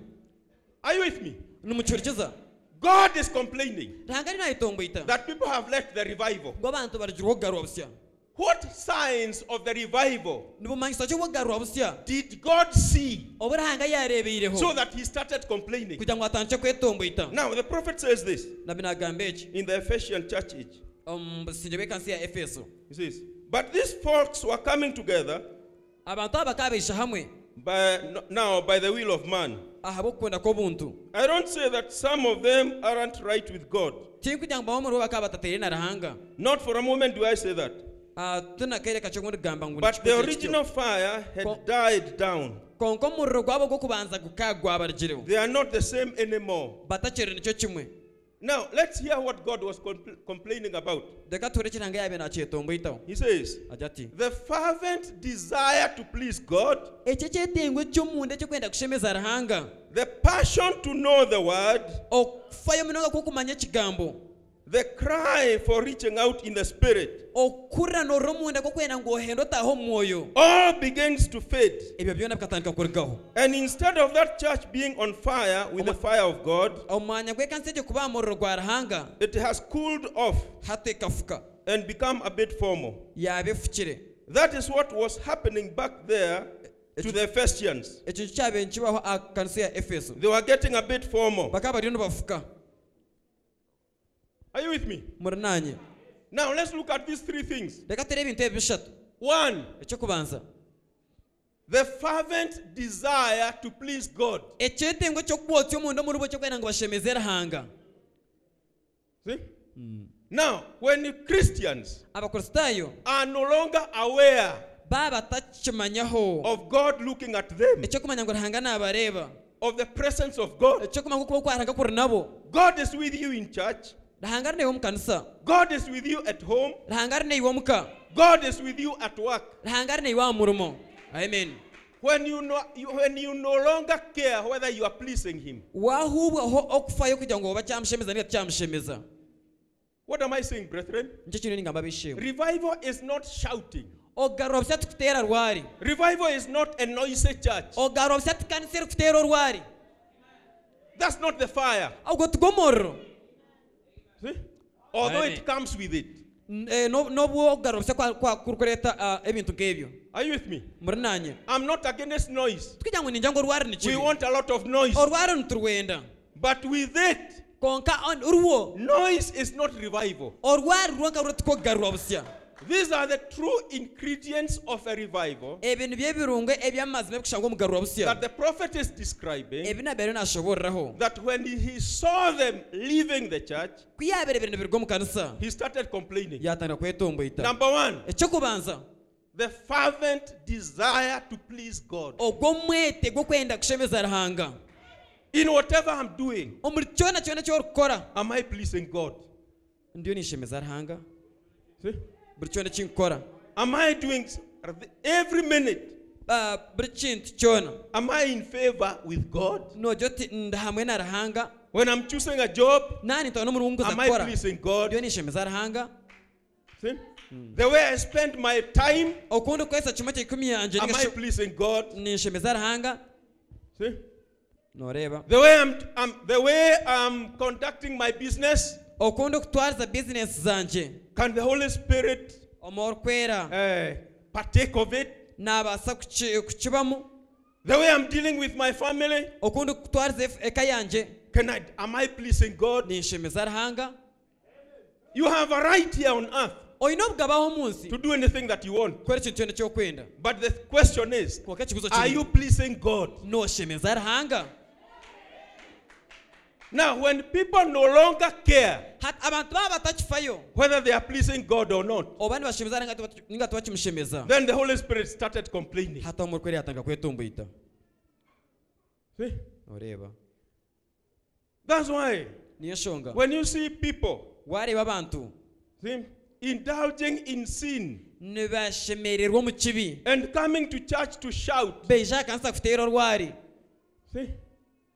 Are you with me?
nimukihurikiza
God is complaining.
rihangari nayetomboita
that people have left the revival.
ngo abantu barigirweho okugarura busya
What signs of the revival
nibumanyisa ki obwokugarura busya
did God see
obu rihanga yarebeireho
so that he started complaining?
kugira ngo atandike kwetomboita
Now, the prophet says this
nabi nagamba eki
in the Ephesian church age.
omu businge bw'ekansi ya efeso
He says, But these folks were coming together
abantu aba bakabaisha hamwe
by, now by the will of man.
ahabw'okukunda kw'obuntu
I don't say that some of them aren't right with God.
tinkugira ngo bamwe muri bo bakaba batateire na rihanga
Not for a moment do I say that.
Ah, tunakaire kacho ngo ndigamba ngo
But the
nikikuze kityo.
original fire had died down.
konka omuriro gwabo gwokubanza gukagwabargireho
They are not the same anymore.
batakiri nicyo kimwe
Now, let's hear what God was compl- complaining about.
reka tuhure kiranga yabe nakiyetomboyitaho
He says,
agira ati
The fervent desire to please God,
eki kyetengwe ky'omunda ekyo kwenda kushemeza ruhanga
the passion to know the Word,
okufayo munonga kw'okumanya ekigambo
the cry for reaching out in the Spirit,
okukurra norra omunda kw'okwenda ngu ohenda otaaha omu mwoyo
all begins to fade.
ebyo byona bikatandika kurugaho
And instead of that church being on fire with the fire of God,
omwanya gw'ekanisa egyo kuba aha muriro gwa ruhanga
it has cooled off
hatekafuka
and become a bit formal.
yaaba efukire
That is what was happening back there to the Ephesians.
ekyo nikyo kyabaire nikibaho aha kanisa ya efeso
They were getting a bit formal.
bakaba bariyo nibafuka
Are you with me?
muri nanye
Now let's look at these three things.
reka tere ebintu ebi bishatu
One,
ekyokubanza
the fervent desire to please God.
ekyetengo ky'okubotya omunda omuribo ekyokwenda ngu bashemeze erihanga
See? Now, when Christians
abakristaayo
are no longer aware
baba takikimanyaho
of God looking at them,
ekyokumanya ngu ruhanga naabareeba
of the presence of God,
ekyokumanya ngu okuba kwaranga kuri nabo
God is with you in church,
ruhanga rinaiwe omu kanisa
God is with you at home,
ruhanga rinaiwe omuka
God is with you at work.
ruhanga rinaiwe aha murimo amen
When you, no, you, when you no longer care whether you are pleasing Him.
waahubwaho okufayo kugira ngu oba kyamushemeza niga tikyamushemeza
What am I saying, brethren?
nikyo kintu ningamba bishima
Revival is not shouting.
ogarura busa tukuteera rwari
Revival is not a noisy church.
ogarura busa tikanisa erikuteera orwari
That's not the fire.
ogwo tigo omuriro
See? Although
Amen.
it comes with it.
N- eh, no- nobwo okugarura busa kwa- kwa- kurukureeta ah, ebintu nk'ebyo
Are you with me?
muri nanye
I'm not against noise.
tukugira ngo ningira ngo orwari
We
nikibi
want a lot of noise.
orwari niturwenda
But with it,
konka on- urwo
noise is not revival.
orwari rwonka rutikogarura busya
These are the true ingredients of a revival
ebintu by'ebirungo eby'amazima ebikushanga omugarura
that
busya
the prophet is describing.
ebi nabeire nashoboreraho
That when he saw them leaving the church,
kuyabera ebintu birwa omu kanisa
he started complaining.
yatandika kwetomboita
Number one,
ekyokubanza
the fervent desire to please God.
ogw'omwete gw'okwenda kushemeza ruhanga
In whatever I'm doing,
omuri kyona kyona kyorukukora
am I pleasing God?
ndiyo ninshemeza ruhanga
See?
buri kyona kinkukora
Am I doing s- are the- every minute?
Ah, buri kintu kyona
Am I in favor with God?
nogira oti ndi hamwe na ruhanga
When I'm choosing a job,
nani ntawe n'omurungu nza
am I
kukora
pleasing God?
ndiyo ninshemeza ruhanga
See? The way I spend my time,
okundi kukozesa kimwe kyeikumi yanje
am I
ningashi-
pleasing God?
ninshemeza ruhanga
See?
noreeba
The way I'm, I'm the way I'm conducting my business,
okundi okutwariza bizinesi zanje
can the Holy Spirit
omu orikwera
uh, partake of it.
naabaasa kuki- kukibamu
The way I'm dealing with my family,
okundi kutwariza ef- eka yanje
can I, am I pleasing God?
ninshemeza ruhanga
You have a right here on earth
oyina obugabaho omu nsi
to do anything that you want.
kukora ekintu kyona ekyokwenda
But the question is,
kwaka ekiguzo
are you
kiri
pleasing God?
noshemeza ruhanga
Now, when people no longer care
Hat- abantu baba batakifayo
whether they are pleasing God or not,
oba nibashemeza ruhanga tibat- ninga tibakimushemeza
then the Holy Spirit started complaining.
hata omurikwera yatandika kwetumbuita
See?
noreeba
That's why
niyo nshonga
when you see people
wareeba abantu
see, indulging in sin
nibashemererwa omu kibi
and coming to church to shout,
beija aha kanisa kuteera orwari
See?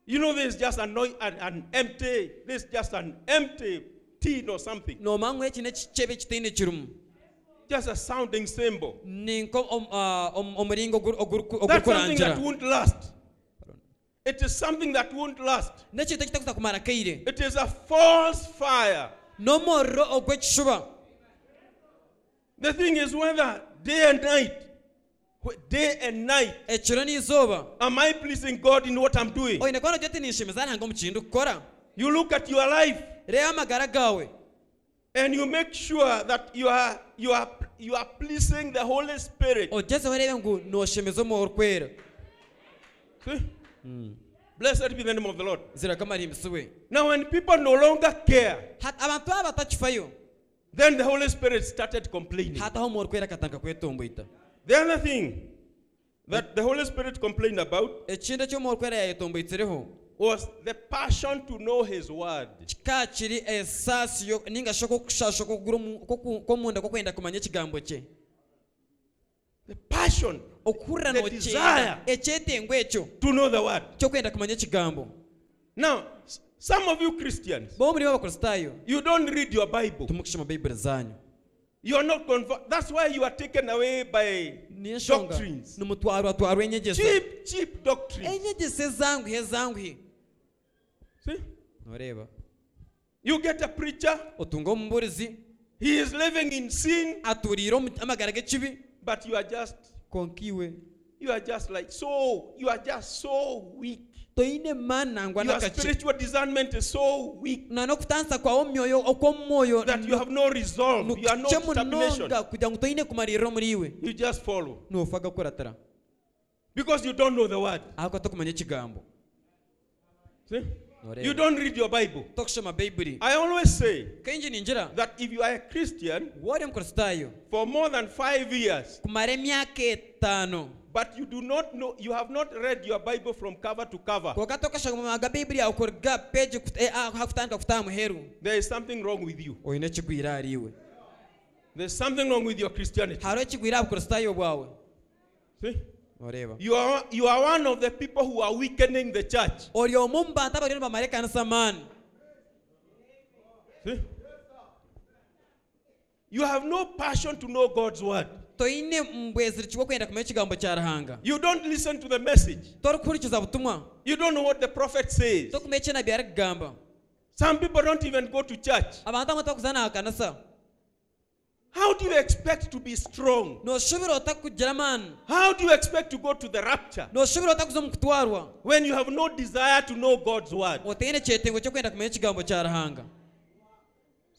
You know, there's just an, oi- an, an empty, there's just an empty tin or something.
nomanywa eki nekikebe kitaine kirimu
Just a sounding symbol.
ninka om- ah, om- omuringo ogur- ogur-
That's something that
ogurikurangira
won't last. It is something that won't last.
n'ekintu ekitakuza kumara kaire
It is a false fire.
n'omuriro ogw'ekishuba
The thing is whether day and night, wh- day and night,
ekiro n'izooba
am I pleasing God in what I'm doing?
oyine kuba nogira ati ninshemeza ruhanga omu kintu kukora
You look at your life
reba amagara gawe
and you make sure that you are you are you are pleasing the Holy Spirit.
ogezeho rebe ngu noshemeza omu orikwera
See? Blessed be the name of the Lord.
ziraga amarimbisi we
Now, when people no longer care,
Hat- abantu baba batakifayo
Hmm. then the Holy Spirit started complaining.
hataho omu orikwera akatandika kwetomboita
The other thing that the Holy Spirit complained about
ekindi eky'omu orikwera yayetomboitireho
was the passion to know his word.
kika kiri esaasi yo- ningashi okukushasha kw'omunda kwokwenda kumanya ekigambo kye
The passion
okuhurira
The
nokyenda
desire.
ekyetengo ekyo
to know the word.
ky'okwenda kumanya ekigambo
Now, s- some of you Christians,
bo muri b'abakristaayo
you don't read your Bible.
timukishoma bayibuli zanyu
You are not convert. That's why you are taken away by
niyo nsonga
doctrines.
nimutwarwa twarwa enyegesa
Cheap, cheap doctrines.
enyegesa ezanguhe ezanguhe
See?
noreeba
You get a preacher,
otunga omuburizi
he is living in sin,
aturiire omu- amagara g'ekibi
but you are just
konka iwe
you are just like so you are just so weak.
toine maani nangwa
Your
nakaki
spiritual discernment is so weak
nan'okutaanisa kwawe omumyoyo okw'omumwoyo
that you have no resolve. You are no
nukukye
determination.
munonga kugira ngu toine kumaririra muri iwe
You just follow
noofa gakuratira
because you don't know the word.
ahakwa tokumanya ekigambo
See?
Noreeba.
You don't read your Bible.
tokushoma bayibuli
I always say
kaingi ningira
that if you are a Christian
wori omukristaayo
for more than five years,
kumara emyaka etaano
but you do not know, you have not read your Bible from cover to cover,
kwonka tokashoma aga bayibuli yawe kuruga peegi kut- eh, ah, hakutandika kutaha muheru
there is something wrong with you.
oine ekigwira ari iwe
There's something wrong with your Christianity.
hariho ekigwira aha bukristaayo bwawe
See?
noreeba
You are, you are one of the people who are weakening the church.
ori omu omu bantu abariyo nibamara ekanisa maani
See? You have no passion to know God's word.
toine mbweziri kigwo kwenda kumanya ekigambo kya ruhanga
You don't listen to the message.
torikuhurikiza butumwa
You don't know what the prophet says.
tokumanya ekinabi ari kugamba
Some people don't even go to church.
abantu abamwe tibakuzana aha kanisa
How do you expect to be strong?
noshubira otakugira amaani
How do you expect to go to the rapture
noshubira otakuza omu kutwarwa
when you have no desire to know God's word?
otaine ekyetengo ky'okwenda kumanya ekigambo kya ruhanga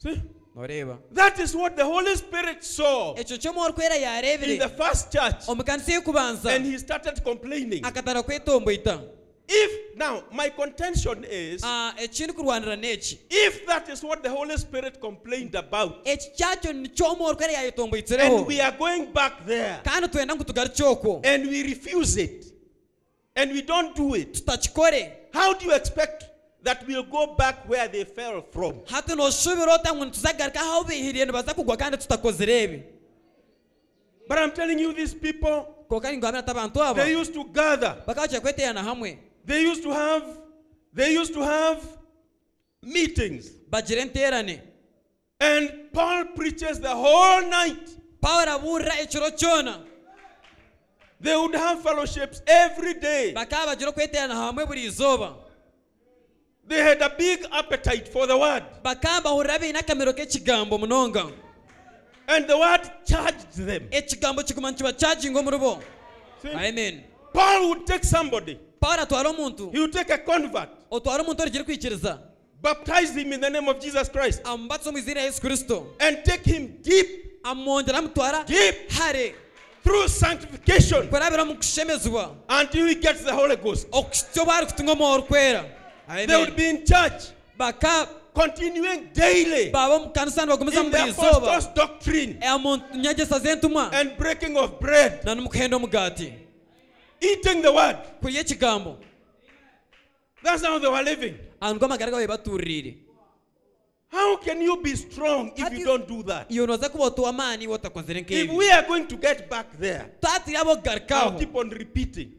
See?
noreeba
That is what the Holy Spirit saw
ekyo ky'omu orikwera
in the
yareebire
first church
omu kanisa y'okubanza
and he started complaining.
akatara kwetomboita
If, now, my contention is
Ah, ekindi kurwanira n'eki
if that is what the Holy Spirit complained about
eki kyakyo nikyo omu orikwera yayetomboitireho
and we are going back there
kandi twenda ngu tugarukye okwo
and we refuse it and we don't do it,
tutakikore
how do you expect that we'll go back where they fell from?
hati noshubira ota ngu nituzagaruka aho bihiriye nibaza kugwa kandi tutakozire ebi
But I'm telling you, these people.
konka ningambira ati abantu aba
They used to gather.
bakabakira kweteerana hamwe
They used to have they used to have meetings.
bagira enteerane
And Paul preaches the whole night.
pawulo abuurira ekiro kyona
They would have fellowships every day.
bakaba bagira okweteerana hamwe buri izooba
They had a big appetite for the word.
bakaba bahurira baine akamiro k'ekigambo munonga E
And the word charged them.
ekigambo kiguma nikiba kyaginga omuri bo
See?
amen
Paul would take somebody,
pawulo atwara omuntu
he would take a convert,
otwara omuntu origire kwikiriza
baptize him in the name of Jesus Christ,
amubatiza omu izina ya yesu kristo
and take him deep,
amwongera amutwara
deep
hare
through sanctification
kurabira omu kushemezibwa
until he gets the Holy Ghost.
okukityo bari kutunga omwoyo orikwera
They would be in church,
baka
continuing daily.
baba omu kanisa nibagumiza
in
mu
the
buri izooba
apostles' doctrine
Eh, mu nyegyesa z'entumwa
and breaking of bread,
na nimukuhenda omugaati
eating the word.
kurya ekigambo
That's how they were living.
ahantu amagara gawe batuririire
How can you be strong
How
if
do you-
you don't do that?
iyo noza kuba otuwa amaani iwe otakozire
If
nk'ebi
we are going to get back there,
twatiri abo
I'll
kugarukaho
keep on repeating.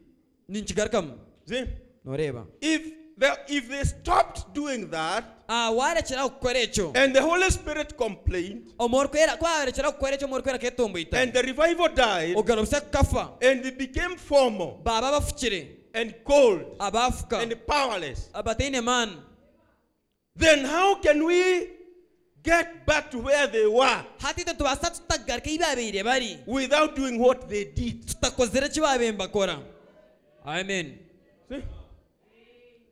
ninkigarukamu
See?
noreeba
Eh. If the, if they stopped doing that
Ah, warekeraho kukora ekyo
and the Holy Spirit complained
omu orikwera kwawarekeraho kukora ekyo omu orikwera ketomboita
and the revival died
ogana obusa kukafa
and they became formal
baba abafukire
and cold
abaafuka
and powerless,
abataine maani
then how can we get back to where they were
hati itwe tubaasa tutagaruka ei babaire bari
without doing what they did?
tutakozire eki babaire nibakora amen
See?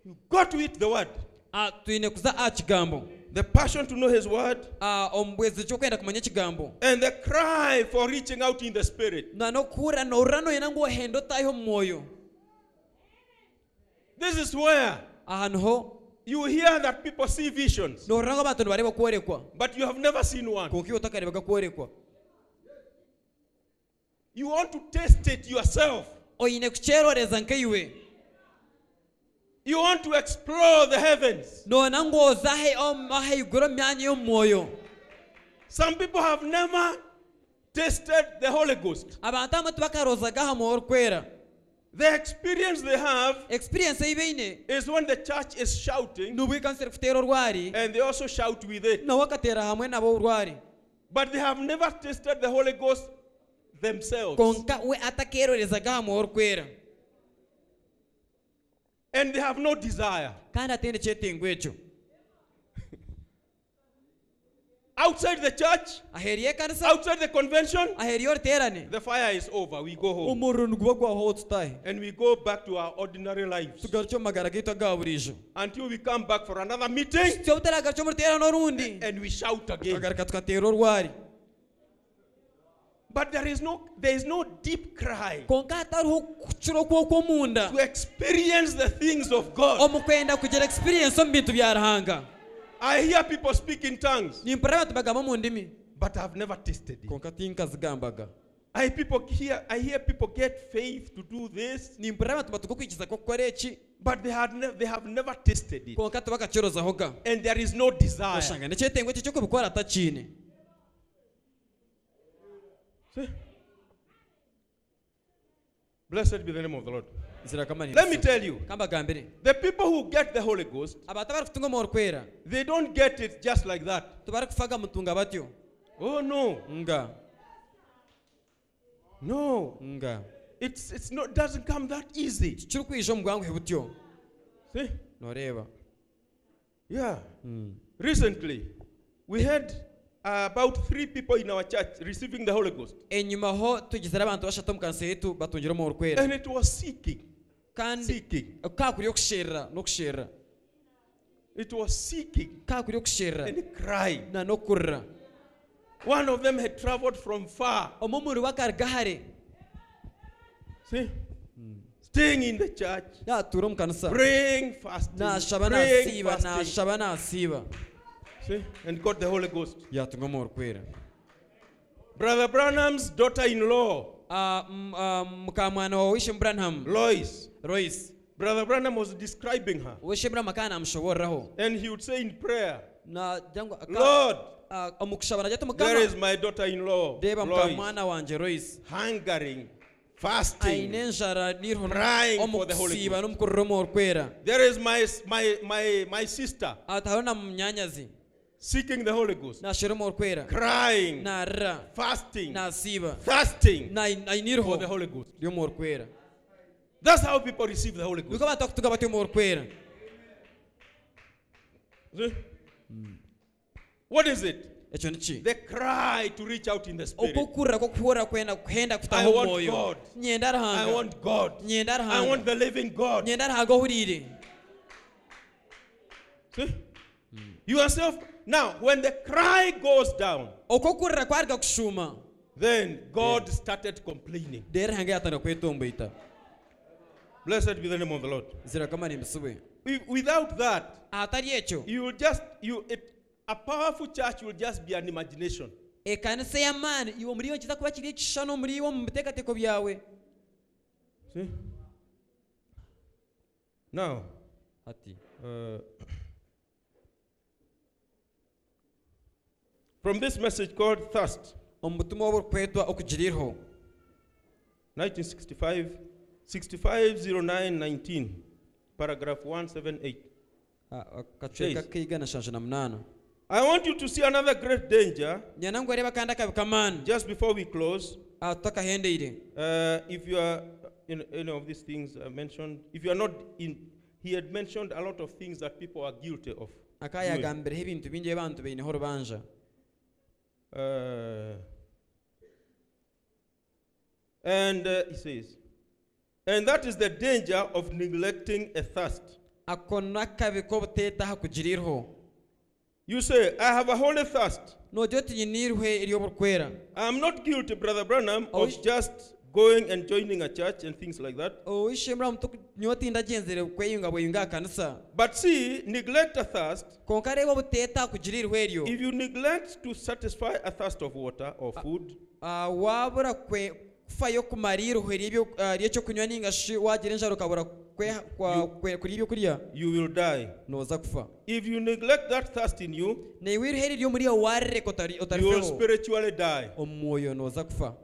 You got to eat the word.
Ah, twine kuza aha kigambo
The passion to know his word
Ah, omubwezi kyokwenda kumanya ekigambo
and the cry for reaching out in the spirit.
na nokuhurira nohurira noyena ngu ohenda otayeho omu mwoyo
This is where
aha niho
you hear that people see visions,
nohurira ngu abantu nibareeba kworekwa
but you have never seen one.
konka iwe otakareebeka kworekwa
You want to taste it yourself.
oine kukyeroreza nk'iwe
You want to explore the heavens.
nona ngo ozahe omu- ahaiguru omu myanya y'omwoyo
Some people have never tasted the Holy Ghost.
abantu abamwe tibakarozagaho aha mwoyo orikwera
The experience they have
experience ei baine
is when the church is shouting
nubwo ikansi erikuteera orwari
and they also shout with it.
nabo bakateera hamwe nabo orwari
But they have never tasted the Holy Ghost themselves.
konka we atakeerorezaga aha mwoyo orikwera
And they have no desire.
kandi ataine kyetengo ekyo
Outside the church,
aheri y'ekanisa
outside the convention,
aheri y'oriteerane
the fire is over. We go home.
omuriro niguba gwaho tutahe
And we go back to our ordinary lives
tugarukye omu magara gaitu aga buriijo
until we come back for another meeting
tutyo butaragaruka omu ruteerano orundi
and we shout again.
tukagaruka tukateera orwari
But there is no there is no deep cry
konka hatariho kucura okw'okw'omunda
to experience the things of God.
omu kwenda kugira experience omu bintu bya ruhanga
I hear people speak in tongues,
nimpura abantu bagamba omu ndimi
but I've never tasted it.
konka tinkazigambaga
I people hear I hear people get faith to do this,
nimpura abantu batukokwikiza kokukora eki
but they had ne- they have never tasted it.
konka tibakakirozaho ga
And there is no desire.
oshanga nekyetengo eki kyokubikora atakiine
Blessed be the name of the Lord. Let me
nzirakamani
tell you,
kambagambire
the people who get the Holy Ghost,
abantu abarikutunga omu orikwera
they don't get it just like that.
tibarikufaga mutunga batyo
Oh no.
nga
No,
nga
it's it's not doesn't come that easy.
kirikwija omu bwanguhi butyo
See?
noreeba
Yeah. Recently, we had uh, about three people in our church receiving the Holy Ghost,
enyuma ho tugizire abantu bashatu omu kanisa yitu batungire omu orikwera
and it was seeking,
kandi
seeking.
kakuri y'okusherera n'okusherera
It was seeking
kakuri y'okusherera
and crying.
na n'okurra
One of them had traveled from far,
omwe omuri wakaruga hare
see, Hmm. staying in the church,
yatuura omu kanisa
praying, fasting,
nashaba
praying,
nasiiba
fasting,
nashaba nasiiba
see, and got the Holy Ghost.
yatunga omu orikwera
Brother Branham's daughter-in-law,
Ah, m- ah, mukamwana wa wishe branham
Lois.
royce
Brother Branham was describing her,
wishe branham akaba namushoboreraho
and he would say in prayer,
nagira ngo aka-
Lord,
ah, omu kushaba nagira ati
There
mukama
is my daughter-in-law,
reba
Lois,
mukamwana wanje royce
hungering,
aine
fasting.
enjara niriho
Crying
omu
for the Holy
kusiiba
Ghost.
n'omukurura omu orikwera
There is my my my my sister
atahariho Ah, na munyanyazi
seeking the Holy Ghost,
nashera omu orikwera
crying,
narra
fasting,
nasiiba
thirsting
na-
for the
ainiriho
Holy Ghost.
ry'omu orikwera
That's how people receive the Holy
niko
Ghost.
abantu bakutuga bati omu orikwera
See? Hmm. What is it?
ekyo niki
They cry to reach out in the spirit.
okwokurra kwokuhurra kwenda kuhenda kutaha
I want
omwoyo
God.
nyenda
I
arihanga
want God.
nyenda
I want
arihanga
the living God.
nyenda arihanga ohuriire
See? You yourself now, when the cry goes down,
okwokurra kwaruga kushuma
then God started complaining.
deero erihanga yatandika kwetomboita
Blessed be the name of the Lord.
zirakamana emisubwe
Wi- Without that,
ahatari ekyo
you will just you it, a powerful church will just be an imagination.
ekanisa y'amaani iwe omuri yo nkiza kuba kiri ekishushani omuri iwe omu biteekateeko byawe
See? Now,
ati
uh, from this message called Thirst,
omu butumwa obu orikwetwa okugiriirho
1965, 650919, paragraph 178.
Ah, akacweka
Please.
kaigana shanje na munana
I want you to see another great danger
nyana ngu areba kandi akabi kamaani
just before we close.
aha tutakahendeire
Uh, if you are in any of these things I mentioned, if you are not in, he had mentioned a lot of things that people are guilty of.
akaba
doing.
yagambireho ebintu bingi ebi abantu baineho orubanja
Uh, and uh, he says, and that is the danger of neglecting a thirst.
ako nakabi k'obutetaha kugirirho
You say, I have a holy thirst.
nogira oti nyinirwe ery'oburikwera
I am not guilty, Brother Branham,
Oh,
of
is-
just going and joining a church and things like that.
oishemura omuntu nyowe tindagenzere kweyunga bweyunga aha kanisa
But see, neglect a thirst.
konka areba obutetaha kugirirwe eryo
If you neglect to satisfy a thirst of water or food,
Ah, wabura kwe kufayo kumara iroho ry'ebyo- ah, ry'ekyokunywa ningashi wagira enjara ukabura kwe- kwa- kwe- kurya ibyokurya
you will die.
noza kufa
If you neglect that thirst in you,
niwe iruhere ry'omuriya wareka otari-
you will
otarifeho
spiritually die.
omwoyo noza kufa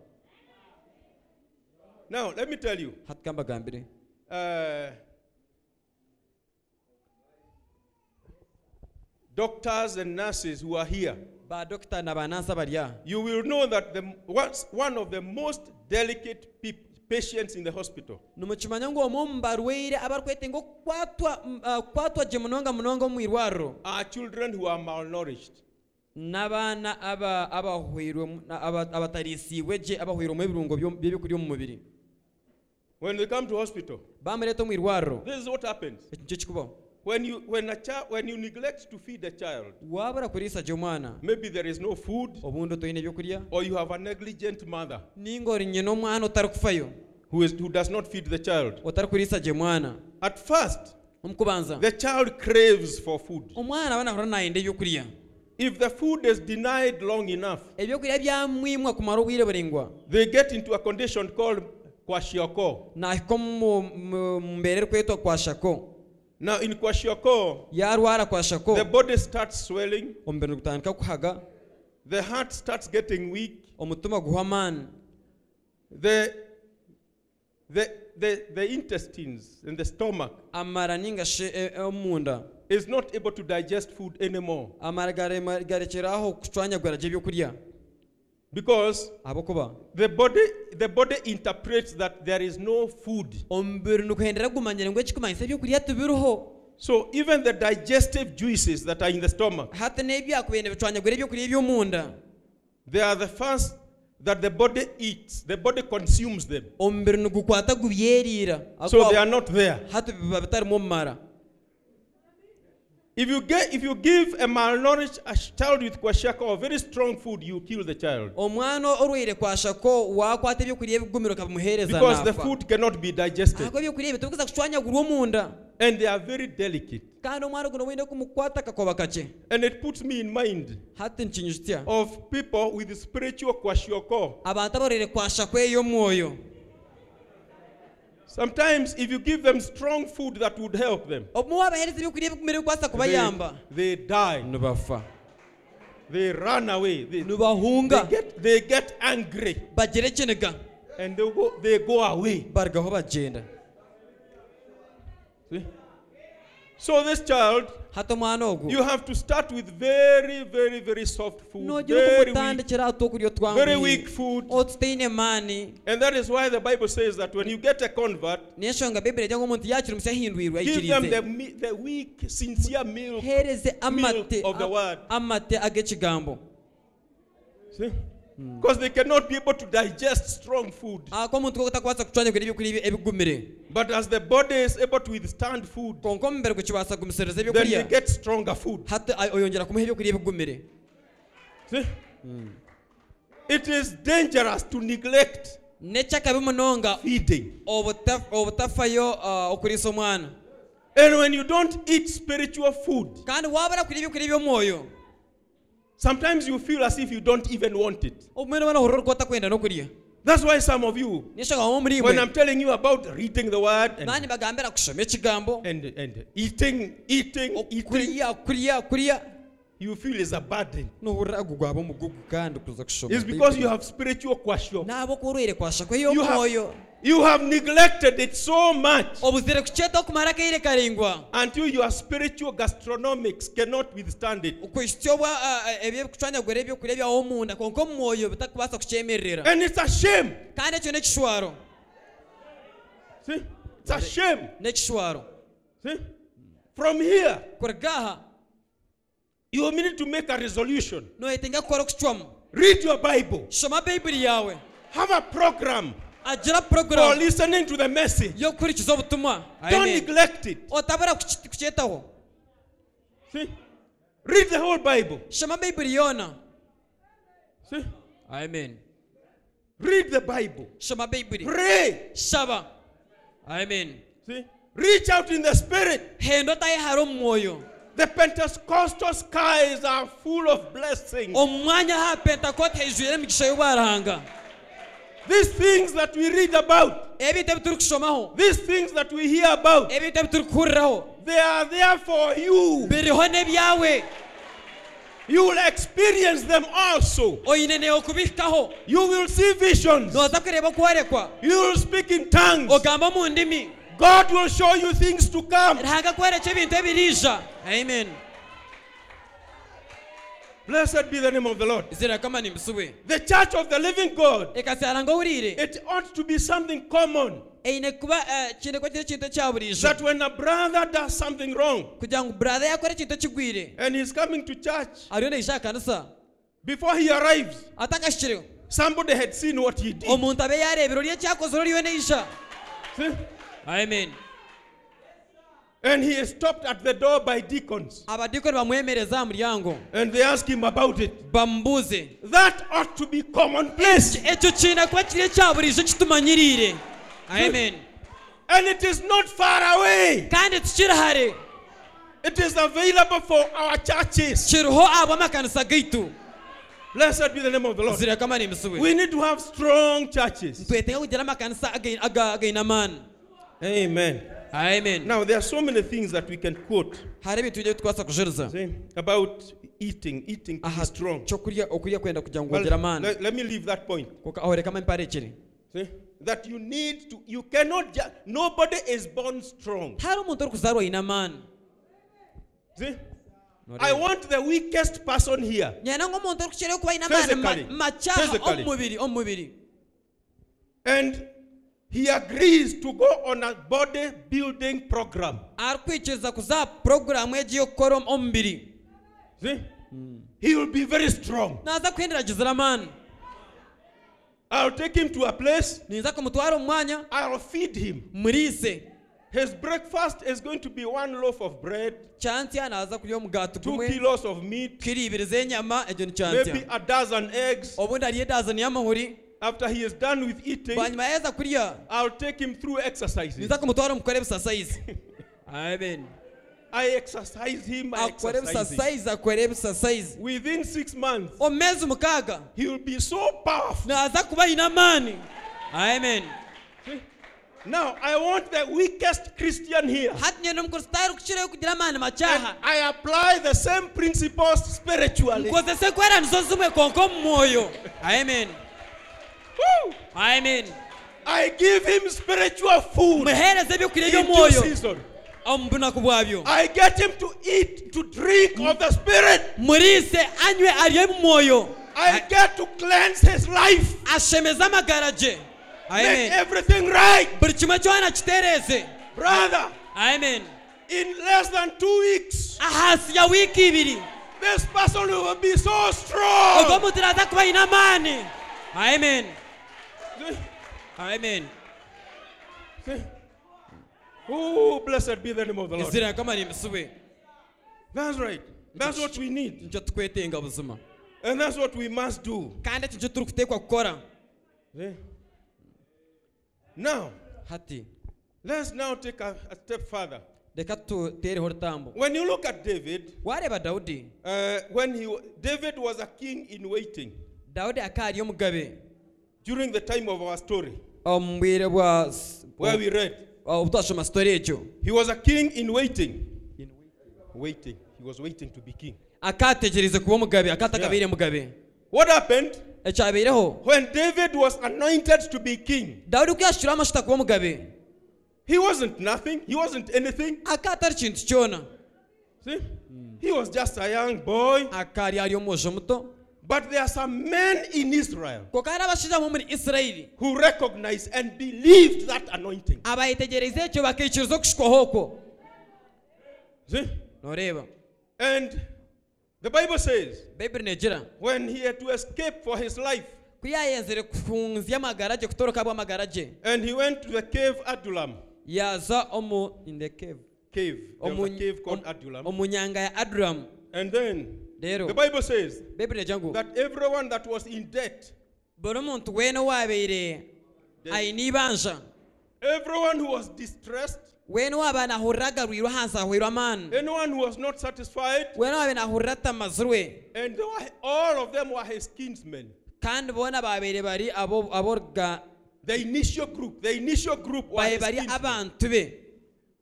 Now, let me tell you.
hatuka mbagambire
uh, doctors and nurses who are here,
badokita na banansa barya
you will know that the, what's one of the most delicate peop patients in the hospital
nimukimanya ngu omwe omu barwaire abarikwete ngu okwatwa m- ah, kwatwagye munonga munonga omu irwariro
are children who are malnourished.
n'abaana aba- abahwirwe mu- na- aba- abatarisiibwe gye abahwirwemu ebirungo by'om- by'ebyokurya omu mubiri
When they come to hospital,
bamureeta omu irwariro
this is what happens.
ekyo nikyo kikubaho
When you, when, a chi- when you neglect to feed a child,
wabura kuriisa gye omwana
maybe there is no food,
obundi otoine ebyokurya
or you have a negligent mother
ninga ori nyina omwana otarikufayo
who, is, who does not feed the child.
otarikuriisa gye mwana
At first,
omukubanza
the child craves for food.
omwana abana hora nayenda ebyokurya
If the food is denied long enough,
ebyokurya byamwimwa kumara obwire buringwa
they get into a condition called kwashiorkor.
nahika omu mu- mu mbeera erikwetwa kwa shako
Now, in kwashiorkor,
yarwara kwa shako
the body starts swelling,
omubiri gutandika kuhaga
the heart starts getting weak,
omutima guha amaani
the, the, the, the intestines and the stomach
amara ninga shi e- e- omunda
is not able to digest food anymore
amara garema- garekeraho kucwanyagura gye ebyokurya
because
ahabwokuba
the body, the body interprets that there is no food.
omubiri niguhendera gumanyire ngu ekikumanyisa ebyokurya tibiriho
So, even the digestive juices that are in the stomach,
hati n'ebyakubenda bicwanyagura ebyokurya eby'omunda
they are the first that the body eats, the body consumes them.
omubiri nigukwata gubyeriira
So, they are not there.
hati biba bitarimu omumara
If you, get, if you give a malnourished a child with kwashiorkor or very strong food, you kill the child.
omwana orwaire kwashako wakwata ebyokurya ebigumiro kabimuheereza
Because the
nafa.
food cannot be digested.
ahabwo ebyokurya ebyo tibikuza kucwanyagurwa omunda
And they are very delicate.
kandi omwana guno wenda kumukwata akakoba kakye
And it puts me in mind
hati nikinyujutya
of people with spiritual kwashiorkor.
abantu abarwaire kwashako ey'omwoyo
Sometimes, if you give them strong food that would help them,
obumu wabaheereza ebyokurya ebigumire kukwasa
they,
kubayamba
they die.
nibafa
They run away. They, they,
nibahunga
get, they get angry
bagira ekiniga
and they go, they go away.
barugaho bagyenda
See? So, this child
hati omwana ogu
You have to start with very, very, very soft food.
nogira
Very weak,
okumutandikira ati okurya
very
otwanguhi
weak food.
otutaine maani
And that is why the Bible says that when you get a convert,
n'enshonga bayibuli ejya ngu omuntu yakiri omusi ahindwirwe
give them the,
ayikirize
mi- the weak, sincere milk.
hereze amate
of the word.
amate ag'ekigambo
Because they cannot be able to digest strong food.
ako omuntu kotakwasa kucwanyagira ebyokurya ebi- ebigumire
But as the body is able to withstand food,
konka omubiri gukibasa kugumisiriza
then you
ebyokurya
get stronger food.
hati ay- oyongera kumuha ebyokurya ebigumire
See? It is dangerous to neglect
n'ekyakabi munonga
feeding.
obuta- obutafayo ah, okuriisa omwana
And when you don't eat spiritual food,
kandi waabara kurya ebyokurya by'omwoyo
sometimes you feel as if you don't even want it.
omwene obana ohurira orikuba otakwenda n'okurya
That's why some of you,
n'enshonga bamwe muri
when
imwe
I'm telling you about reading the word
nani
and,
bagambira kushoma ekigambo
and, and eating,
Oh,
eating, eating,
kurya kurya kurya
you feel is a burden.
nuhurira gugwaba omugugu kandi kuza kushoma
It's because you have spiritual question.
n'abokorwire kwashakwa
You
ey'omwoyo
have, you have neglected it so much
obuzire kukyeta okumara akaire karingwa
until your spiritual gastronomics cannot withstand it.
kwisitya obwa ah, ah, ebyokucwanyagura ebyokurya byawe omunda konka omwoyo bitakubasa kukyemerera
And it's a shame.
kandi ekyo n'ekishwaro
See? It's a shame.
n'ekishwaro
See? From here,
kurugaha
you need to make a resolution.
noyetenga kukora okucwamu
Read your Bible.
shoma bayibuli yawe
Have a program
agira
for
porogaramu
listening to the message.
y'okukurikiza obutumwa
Don't
Amen.
neglect it.
otabura kuki- kukyetaho
See? Read the whole Bible.
shoma bayibuli yoona
See?
amen
Read the Bible.
shoma bayibuli
Pray.
shaba amen
See? Reach out in the spirit.
henda otayehara omu mwoyo
The Pentecostal skies are full of blessings.
omu mwanya ha pentakoti heijwire emigisha y'obwaranga
These things that we read about,
ebi bitabo turi gushomaho
these things that we hear about,
ebi bitabo turi guhuriraho
they are there for you.
biriho n'ibyawe
You will experience them also.
uyinenewe kubitaho
You will see visions.
noza kureba kuharekwa
You will speak in tongues.
ogamba mu ndimi
God will show you things to come.
rihanga kuhereka ibintu ebirija amen
Blessed be the name of the Lord.
zirakamana imisubwe
The church of the living God,
reka zaranga wurire
it ought to be something common
eine kuba eh, kintu kwa kiri kintu kya burija
that when a brother does something wrong
kugira ngo brother yakore kintu kigwire
and he's coming to church,
ariyo nayisha kanisa
before he arrives,
atakashyikireho
somebody had seen what he did.
omuntu abe yarebera uriya cyakoze uriyo nayisha
See?
amen
And he is stopped at the door by deacons.
abadikoni bamwemereza aha muryango
And they ask him about it.
bambuze
That ought to be commonplace.
icyo kintu kuba kiri cya burije kitumanyirire amen
And it is not far away.
kandi tukirahare
It is available for our churches.
kiriho ab'amakanisa gaitu
Blessed be the name of the Lord.
zirakamana imisubwe
We need to have strong churches.
twetega kugira amakanisa agai- aga- againamana
Amen.
amen
Now, there are so many things that we can quote
hari ibintu bigiye twasa kujuruza
see, about eating. Eating to be
aha
strong.
cyo kurya okurya kwenda kugira ngo
Well,
wongere amani
let, let me leave that point.
kuko aho rekamo imparekere
See? That you need to, you cannot, ju- nobody is born strong.
hari umuntu uri kuzarwa ayinamana
See?
No,
I
really.
want the weakest person here.
nyana nk'umuntu uri gushyiraho kuba ayinamana
Physically.
macyaha
Physically.
omubiri omubiri
And he agrees to go on a body building program.
arikwikiriza kuza porogaramu yagiye gukora omubiri
See? He will be very strong.
naza kuhinduragiza amani
I'll take him to a place,
niza kumutwara omu mwanya
I'll feed him.
muriise
His breakfast is going to be one loaf of bread,
cyansiya naza kurya omugati
two
gumwe
kilos of meat,
kiro ibiri z'enyama egyo ni
maybe
cyansiya
a dozen eggs.
obundi ariyo edazani y'amahuri
After he is done with eating,
banyuma yaheza kurya
I'll take him through exercises.
niza kumutwara omukore ebisasayizi amen
I exercise him, I
akore
exercise him.
ebisasayizi akore ebisasayizi
Within six months,
omu mezi mukaaga
he will be so powerful.
naza kuba ayine amaani amen
See? Now, I want the weakest Christian here.
hati nyene omukristaayo uri kukirayo kugira amaani
And
macyaha
I apply the same principles spiritually.
nkozesa ekweranizo zimwe konka omu mwoyo amen
Woo!
amen
I give him spiritual food
muhereze ebyokurya
in due
by'omwoyo
season.
omu bunaku bwabyo
I get him to eat, to drink of the Spirit.
muriise anywe arye mu mwoyo
I get to cleanse his life,
ashemeze amagara gye
make
amen
everything right.
buri kimwe cyona kitereeze
Brother,
amen
in less than two weeks,
ahasi ya wiiki ibiri
this person will be so
ubwo
strong.
umuntu araza kuba ayine amani amen amen
Oh, blessed be the name of the Lord.
izira yakamara imisube
That's right. That's what we need.
nicyo twete buzima
And that's what we must do.
kandi ati nicyo turi gutekwa gukora
See? Now,
hati
let's now take a, a step further.
reka tutereho rutambo
When you look at David,
wareba dawudi
uh, when he wa- David was a king in waiting
dawudi akariyo mugabe
during the time of our story,
omubwire bwa
where we read,
ubutashoma sitori egyo
he was a king in waiting. In waiting, he was waiting to be king.
akategereze kuba mugabe akatakabire mugabe
What happened
ekyabireho
when David was anointed to be king?
dawudi uko yashukiraho amashuta kuba mugabe
He wasn't nothing. He wasn't anything.
akatari kintu cyona
See, he was just a young boy.
akari ari omwojo muto
But there are some men in Israel
kuko hari abashijamo muri isirayiri
who recognized and believed that anointing.
abayitegereza ekyo bakikiriza okushukwaho okwo
See?
noreeba
And the Bible says,
bayibuli negira
when he had to escape for his life,
kuyayenzere kuhunzi y'amagara gye kutoroka bw'amagara gye
and he went to the cave Adullam
yaza omu in the cave
cave. There
omu
was a cave called
omu-
Adullam.
omu nyanga ya aduramu
And then
rero
the Bible says
bayibuli negira ngu
that everyone that was in debt,
buri omuntu weena owabeire
Dead.
aine ibanja
everyone who was distressed,
weena owaaba nahurira agarwirwe ahansi ahwirwe amaani
anyone who was not satisfied,
weena owaaba nahurira atamazirwe
and they were, all of them were his kinsmen.
kandi bona babere bari abo aborga
The initial group, the initial group was
baye
the
bari
skinful.
abantu be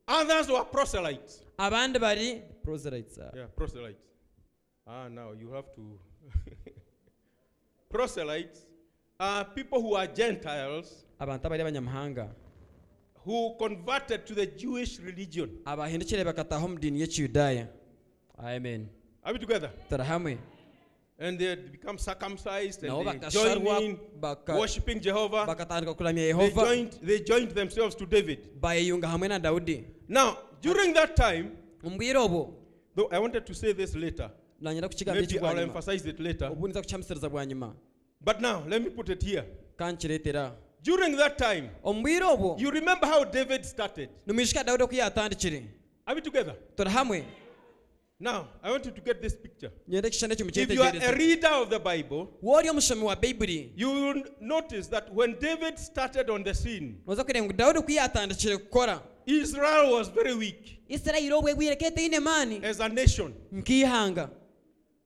Others were proselytes.
abandi bari proselytes are.
Yeah, proselytes. Ah, now you have to. (laughs) proselytes are people who are Gentiles
abantu abari abanyamahanga
who converted to the Jewish religion.
abahindukire bakataho mu dini y'ikiyudaya amen
Are we together?
turahamwe
And they had become circumcised
Nao
and they joined
bakasharwa,
in
baka-
worshiping Jehovah.
bakatandika kuramya
Ah. They
yehova
joined, they joined themselves to David.
bayiyunga hamwe na dawudi
Now, during that time,
mumbwire ubu
though I wanted to say this later,
nanyira ku kigambo
maybe I'll
cy'urwanyuma
emphasize it later.
ubu niza kucyamusereza bwa nyuma
But now, let me put it here.
kankiretera
During that time,
omumbwire ubu
you remember how David started.
nimwishika dawudi ko yatandikire
Are we together?
turahamwe
Now, I want you to get this picture.
nyende kishane
If you are a
cy'umucyitegerezo
reader of the Bible,
wori omushami wa bayibuli
you will notice that when David started on the scene,
noza kureba ngo dawudi ko yatandikire gukora
Israel was very weak
isirayiri obwe bwirekete yine mani
as a nation.
nkihanga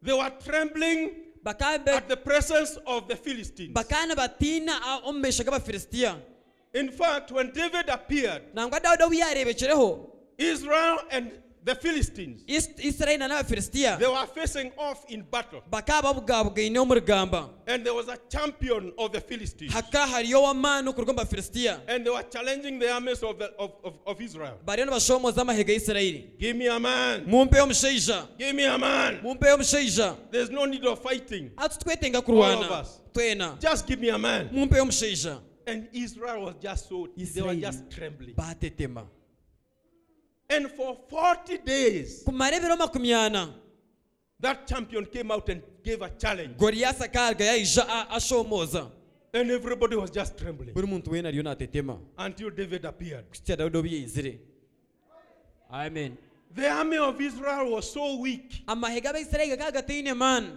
They were trembling at
bakabe
the presence of the Philistines.
bakana batina a- omu maisho g'abafilisitiya
In fact, when David appeared,
nangwa dawudi obu yarebekireho
Israel and the Philistines,
Is- isirayiri n'abafilisitiya
they were facing off in battle.
bakaba babugabugaine omu rugamba
And there was a champion of the Philistines.
haka hariyo w'amaani okurwa omu bafilisitiya
And they were challenging the armies of, the, of, of, of Israel.
bariyo nibashomoza amahega y'isirayiri
Give me a man.
mumpeyo omushaija
Give me a man.
mumpeyo omushaija
There's no need of fighting.
ati twetenga
All of
kurwana
us.
twena
Just give me a man.
mumpeyo omushaija
And Israel was just so, they
Israel.
were just trembling.
batetema
And for 40 days,
kumara ebiro makumi ana
that champion came out and gave a challenge.
goriyasi akaruga yaija a- ashomoza
And everybody was just trembling
buri muntu weena ariyo natetema
until David appeared.
kusitya dawudi obu yaizire amen
The army of Israel was so weak.
amahega abaisirayiri gakagataine maani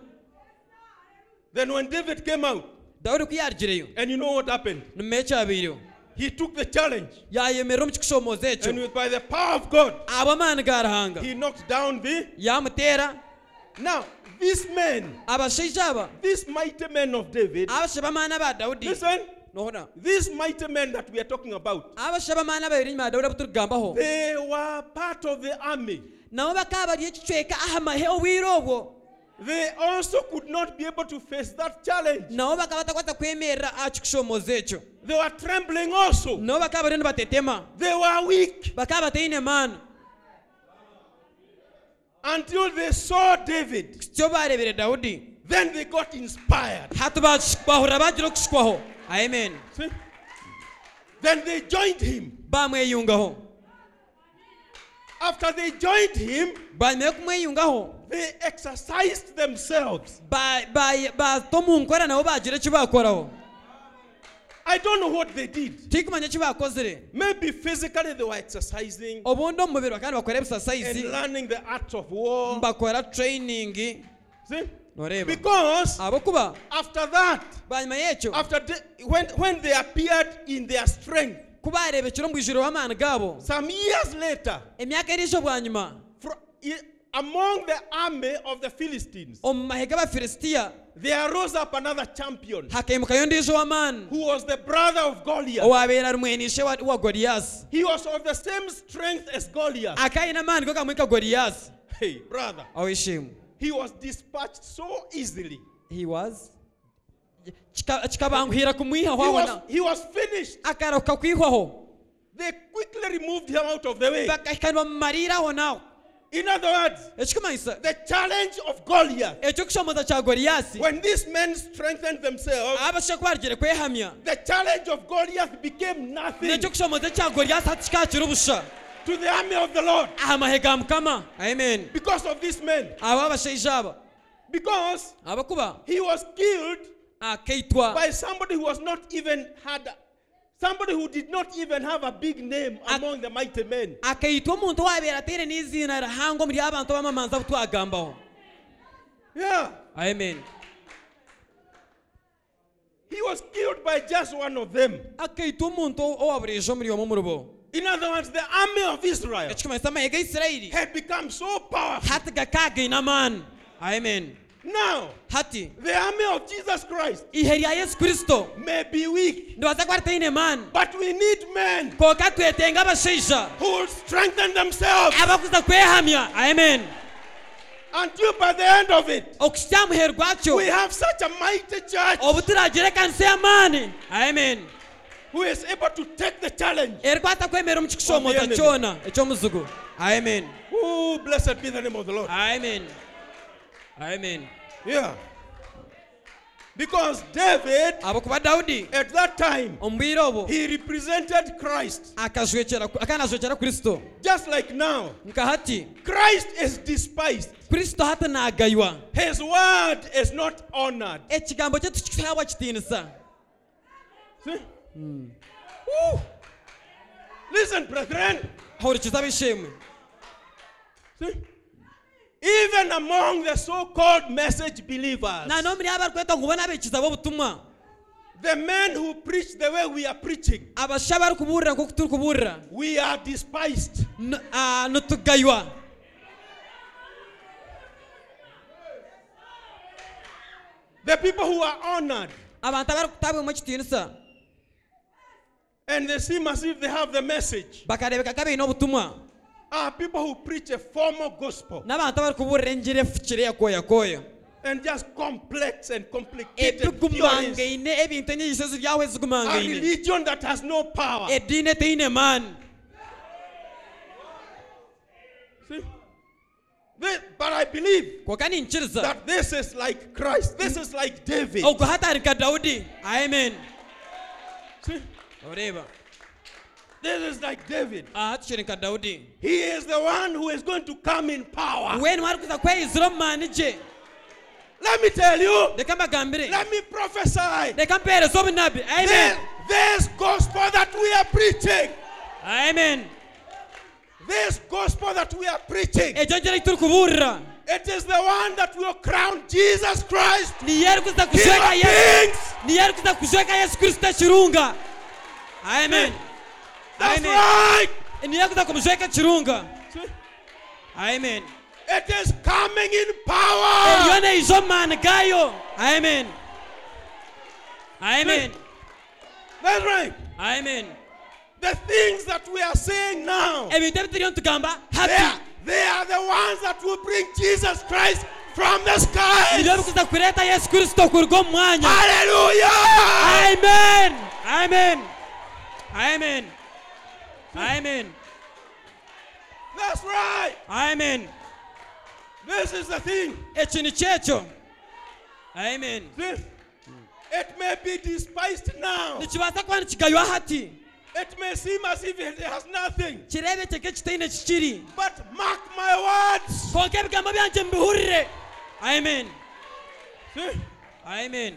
Then when David came out,
dawudi kuyarugireyo
and you know what happened?
nimumeyo ekyabiireho
He took the challenge.
yayemerera omu kikushomoza ekyo
And with, by the power of God,
aba amaani ga ruhanga
he knocked down the.
yamuteera
Now, these men,
abashaija aba
these mighty men of David,
abasha b'amaani aba dawudi
listen,
nohona
these mighty men that we are talking about,
abasha b'amaani ababiri enyuma ya dawudi abuturugambaho
They were part of the army.
nabo bakaba bari ekicweka aha mahe obwire obwo
They also could not be able to face that challenge.
nabo bakaba batakwata kwemerera aha kikushomoza ekyo
They were trembling also.
nabo bakaba bariyo nibatetema
They were weak
bakaba bataine maani
until they saw David.
kityo barebere dawudi
Then they got inspired.
hati bakish- bahurira bagira okushukwaho amen
See? Then they joined him.
bamweyungaho
After they joined him,
banyuma yo kumweyungaho
they exercised themselves.
ba- ba- bata omu nkora nabo bagira eki bakoraho
I don't know what they did.
tikumanya eki bakozire
Maybe physically they were exercising
obundi omu mubiri bakaba nibakora
and
ebisasayizi
learning the arts of war.
bakora training
See?
noreba Ah.
Because Ah.
ahabwokuba
after that,
banyuma y'ekyo
After the, when, when they appeared in their strength,
kuba yarebekire omu ijuru w'amaani gaabo
some years later,
emyaka eriisho bwanyuma
fro- i- among the army of the Philistines,
omu mahe g'abafilisitiya
there arose up another champion
hakaimukayo ondiijo w'amaani
who was the brother of Goliath.
owabeera rumwenishe wa, wa goriyasi
He was of the same strength as Goliath.
akaine amaani go kamwika goriyasi
Hey, brother.
aweshimu
He was dispatched so easily.
he was Kika- kikabanguhira kumwihaho
He was,
ahona
he was finished.
akarokoka kwihwaho
They quickly removed him out of the way.
bakahika nibamumarira aho naho
In other words,
ekikumanyisa
the challenge of Goliath,
ekyo kushomoza kya goriyasi
when these men strengthened themselves,
abasha kubarugire kwehamya
The challenge of Goliath became nothing
nekyo kushomoza kya goriyasi hati kikakira obusha
to the army of the Lord
aha mahe ga mukama amen
because of this man.
aba abashaija aba
Because
abakuba
he was killed
akaitwa
by somebody who was not even had somebody who did not even have a big name among the mighty men.
akaitwa omuntu owabeera ataire n'izina rihango omuri abantu abamamanzi abu twagambaho
Yeah.
amen
He was killed by just one of them.
akaitwa omuntu owaburiijo omuri omwe omuri bo
In other words, the army of Israel
ekikumanyisa amahe ga isirayiri
had become so powerful.
hati gakagaine amaani amen
Now,
hati
the army of Jesus Christ
ihe rya yesu kristo
may be weak,
ndibaza kuba ritaine mani
but we need men
koka twetenga abashaija
who will strengthen themselves
abakuza kwehamya amen
until by the end of it,
okuhikya aha muheru gwakyo
we have such a mighty church
obu turagira ekanisa y'amaani amen
who is able to take the challenge.
erikwata kwemerera omu kikushomota
Amen.
kyona eky'omuzigo amen
Oh, blessed be the name of the Lord.
amen amen
Yeah. Because David,
ahakuba dawudi
at that time,
omu bwire obu
he represented Christ.
akajwekera akana ajwekera kristo
Just like now,
nka hati
Christ is despised.
kristo hati naagaywa
His word is not honored.
ekigambo kye tukikuhabwa kitiinisa
See? Woo. Listen, brethren.
hahurikiza abishimwe
See? Even among the so called message believers,
nano omuri aba barikweta ngu bo n'abeekiza b'obutumwa
the men who preach the way we are preaching,
abasha barikuburira nk'oku turikuburira
we are despised.
N- ah, nitugaywa
The people who are honored
abantu abarikutabwamu ekitiinisa
and they seem as if they have the message
bakareebeka nka baine obutumwa
are people who preach a formal gospel
n'abantu abarikuburira enjira efukire yakooyakooya
and just complex and complicated theories.
ebigumangaine ebintu enyegiso ezi ryaho
A
ezigumangaine
religion that has no power.
ediini etaine maani
See? Thi- But I believe
kwonka ninkiriza
that this is like Christ. This is like David.
ogu hatari nka dawudi amen
See?
oreeba
This is like David.
aha tukiri nka dawudi
He is the one who is going to come in power.
weeni warikuza kweyizira omu maani gye
Let me tell you.
reka mbagambire
Let me prophesy.
reka mpeereza obunabi
This,
amen
this gospel that we are preaching,
amen
this gospel that we are preaching,
ekyo njira turikuburira
it is the one that will crown Jesus Christ
niyo erikuza
King
kujweka
of
yesu
Kings.
niyo erikuza kujweka yesu kristo ekirunga amen
That's
Amen.
right.
niyo erikuza kumujweka ekirunga
See?
amen
It is coming in
eriyo
power.
neiza omu maani gayo amen amen
That's right.
amen
The things that we are saying now,
ebintu ebi turiyo nitugamba
they are,
hati
they are the ones that will bring Jesus Christ from the skies.
nibyo bikuza kureeta yesu kristo kuruga omu mwanya
Ah. Hallelujah.
amen amen amen amen
That's right.
amen
This is the thing.
eki ni kyekyo amen
This. It may be despised now.
nikibaasa kuba nikigaywa hati
It may seem as if it has nothing.
kireebekeka ekitaine kikiri
But mark my words.
konka ebigambo byangye mubihurire amen
See?
amen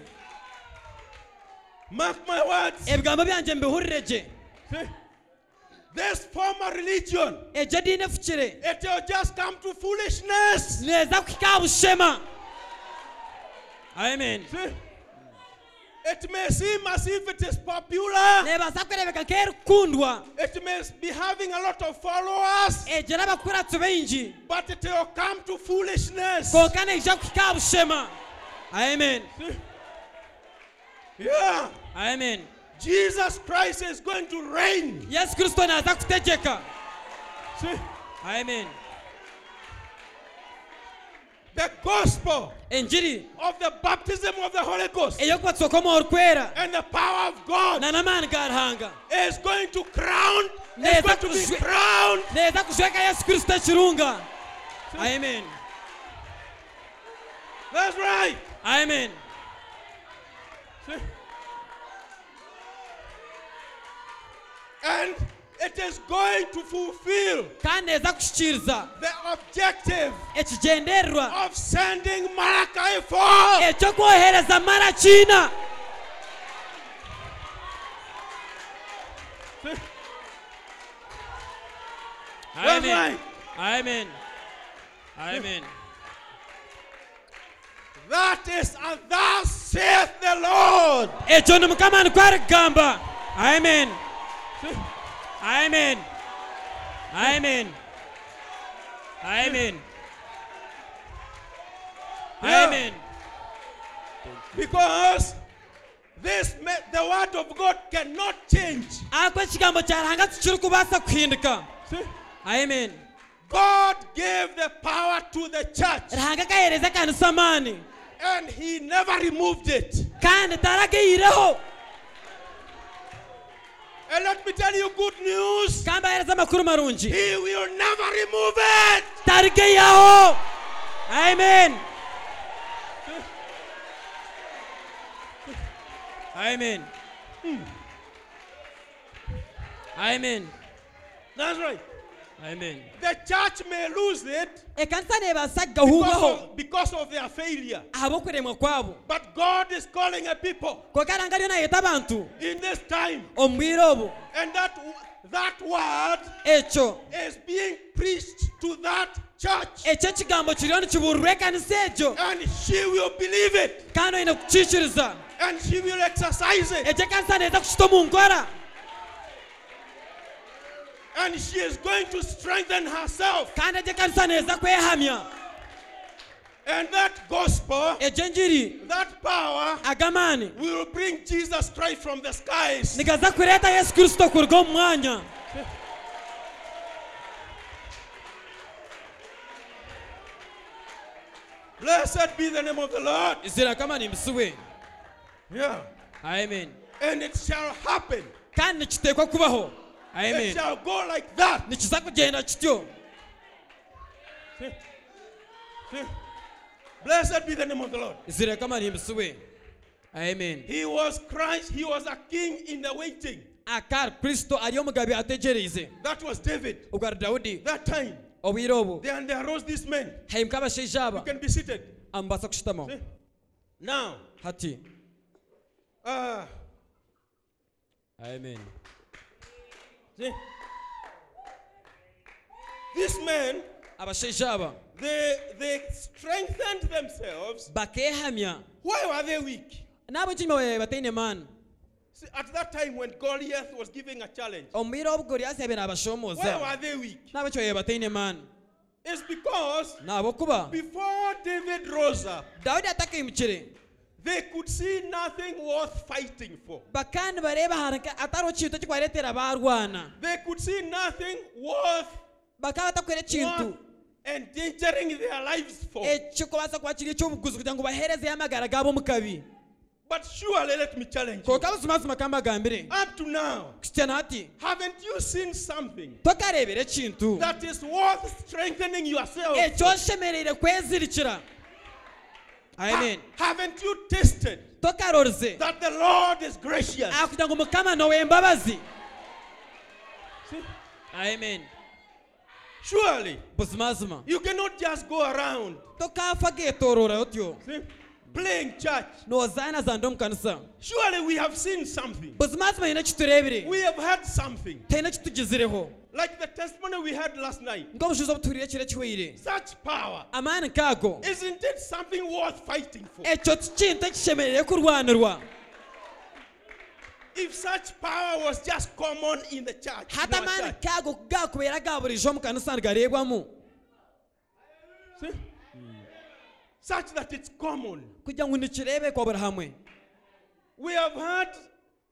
Mark my words.
ebigambo byangye mbihurire gye
See? This former religion,
egyo ediini efukire
it will just come to foolishness.
neeza kuhika aha bushema amen
See? It may seem as if it is popular.
neebaasa kureebeka nk'erikukundwa
It may be having a lot of followers,
egyo n'abakuratu baingi
but it will come to foolishness.
konka neija kuhika aha bushema amen
Yeah.
amen
Jesus Christ is going to reign.
yesu kristo naaza kutegeka
See?
amen
The gospel
enjiri
of the baptism of the Holy Ghost
ey'okubatsoka omu orukwera
and the power of God
nanamaani ga ruhanga
is going to crown,
Yes,
is going
that
to be
was-
crowned.
neeza kujweka yesu kristo ekirunga amen
That's right.
amen
And it is going to fulfill
kandi neeza kushikiriza
the objective
ekigendererwa
of sending Malachi forth.
ekyokwohereza marakiina
That's right.
amen amen
That is, and thus saith the Lord.
ekyo ni mukama nikwarikugamba amen amen amen amen Amen.
Because this me- the word of God cannot change.
ako ekigambo kyaranga tikiri kubaasa kuhinduka
See?
amen
God gave the power to the church
rihanga kahereza ekanisa amaani
and he never removed it.
kandi tarageireho
And let me tell you good news.
kandi ahereza amakuru marungi
He will never remove it.
tarigeyaho amen amen amen
That's right.
amen
The church may lose it
ekanisa nebaasa
because
kugahungaho
of, because of their failure.
ahabw'okuremwa kwabo
But God is calling a people
kokaranga ariyo nayeta abantu
in this time.
omu bwire obu
And that, that word
ekyo
is being preached to that church.
ekyo ekigambo kiriyo nikibururwa ekanisa egyo
And she will believe it.
kandi oyine kukiikiriza
And she will exercise it.
ekyo ekanisa neza kukita omu nkora
And she is going to strengthen herself.
kandi egyo ekanisa neza kwehamya
And that gospel,
egyo engiri
that power,
agamaani
will bring Jesus Christ from the skies.
nigaza kureta yesu kristo kuruga omu mwanya
Blessed be the name of the Lord.
izira kama nimbisiwe
Yeah.
amen
And it shall happen.
kandi nikitekwa kubaho
It
amen
shall go like that.
nikiza kugenda kityo
(laughs) Blessed be the name of the Lord.
izira kama nimbisiwe amen
He was Christ, he was a king in the waiting.
akari kristo ari omugabi ategereize
That was David.
ubwo ari dawudi
That time.
obwire obu
Then there arose this man.
haimuka abashaija
You
aba
can be seated. (laughs)
amubasa kushutamaho
See? Now,
hati
uh,
amen
see? this man,
abashaija aba
they, they strengthened themselves.
bakehamya
Why were they weak?
n'abagimi bataine maani
See, at that time when Goliath was giving a challenge,
omubwire obu goriyasi yabire
why
abashomoza
were they weak?
n'abakyoye bataine maani
It's because
n'ahabw'okuba
before David rose up,
dawudi atakahimukire
they could see nothing worth fighting for.
bakandi bareba harinka atariho kintu ekikwaretera barwana
They could see nothing worth,
bakaba batakwera ekintu
worth endangering their lives for.
Eh. ekikubaasa kuba kiri ekyobuguzi kugira ngu baheerezeyo amagara gaabo omu kabi
But surely let me challenge you.
konka abazimazima kandi bagambire
Up to now,
kukitana hati
haven't you seen something
tokareebera ekintu
that oh. is worth strengthening yourself?
Eh, ekyoshemereire kwezirikira amen
Ha- haven't you tasted
tokarorize
Ah. that oh. the Lord is gracious?
aha Ah, kugira ngu mukama nowembabazi amen
Surely
buzimazima
you cannot just go around
tokafa getorora otyo
see, playing church.
nozaana zandi omu kanisa
Surely we have seen something.
buzimazima haine ekitureebire
We have heard something.
taine ekitugizireho
Like the testimony we had last night.
nk'obushuzi obutuhurire ekiro ekihwire
Such power.
amaani nkaago
Isn't it something worth fighting for?
ekyo tikintu ekishemerere kurwanirwa
If such power was just common in the church, in
hati
our
amaani
church.
nkaago gakubeera ga burijo omu kanisa nigareebwamu
See? Hmm. such that it's common.
kugira ngu nikireebekwa buri hamwe
We have had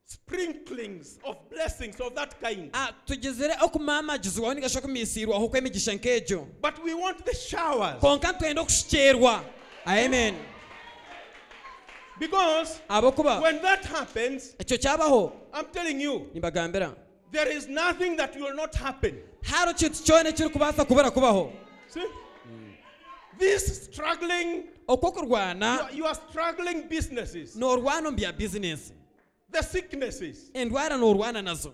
sprinklings of blessings of that kind.
Ah, tugizire okumamagizibwaho nigasha kumisiirwaho okw'emigisha nk'egyo
But we want the showers
konka nitwenda okushukyerwa amen
because
ahabw'okuba
when that happens,
ekyo kyabaho
I'm telling you,
nibagambira
there is nothing that will not happen.
hariho kintu kyona ekirikubaasa kubura kubaho
See? This struggling,
okwokurwana
you are struggling businesses,
noorwana omu bya bizinesi
the sicknesses,
endwara noorwana nazo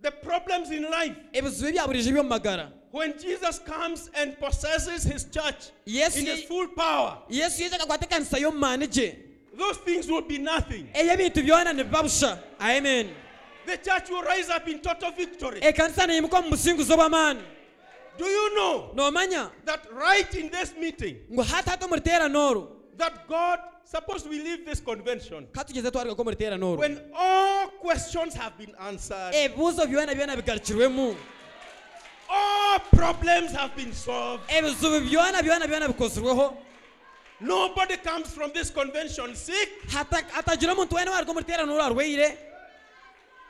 the problems in life.
ebizibu bya burijo by'omu magara
When Jesus comes and possesses his church
Yes,
in
ye-
his full power,
yesu yija akakwata ekanisa y'omumaani gye
those things will be nothing.
eyo ebintu byona nibiba busha amen E,
The church will rise up in total victory.
ekanisa neyimuka omu businguzo bw'amaani
Do you know
noomanya
that right in this meeting,
ngu hati hati omu riteerano oru
that God, suppose we leave this convention,
katugeze twarugaku omu riteerano oru
when all questions have been answered,
ebibuuzo byona byona bigarukirwemu
all problems have been solved,
ebizibu byona byona byona bikozirweho
Nobody comes from this convention sick.
Hata- hatagira omuntu weena waruga omu riteeraniro arwaire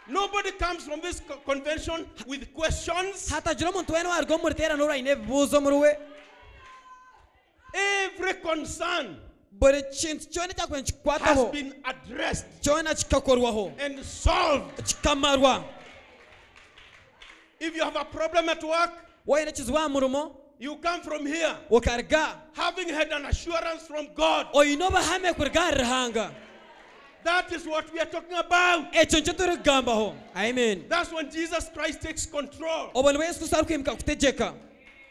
Nobody comes from this co- convention with questions.
hatagira omuntu weena waruga omu riteeraniro aine ebibuuzo omuri we
Every concern
buri kintu kyona ekyakwenda
has
kikukwataho
been addressed
kyona kikakorwaho
and solved.
kikamarwa
If you have a problem at work,
waine ekizibu aha murimo
you come from here
okaruga
having had an assurance from God.
oine obahame kuruga aha ruhanga
That is what we are talking about.
ekyo nikyo turi kugambaho amen
That's when Jesus Christ takes control.
obo nibo yesu kristo arikwimuka kutegeka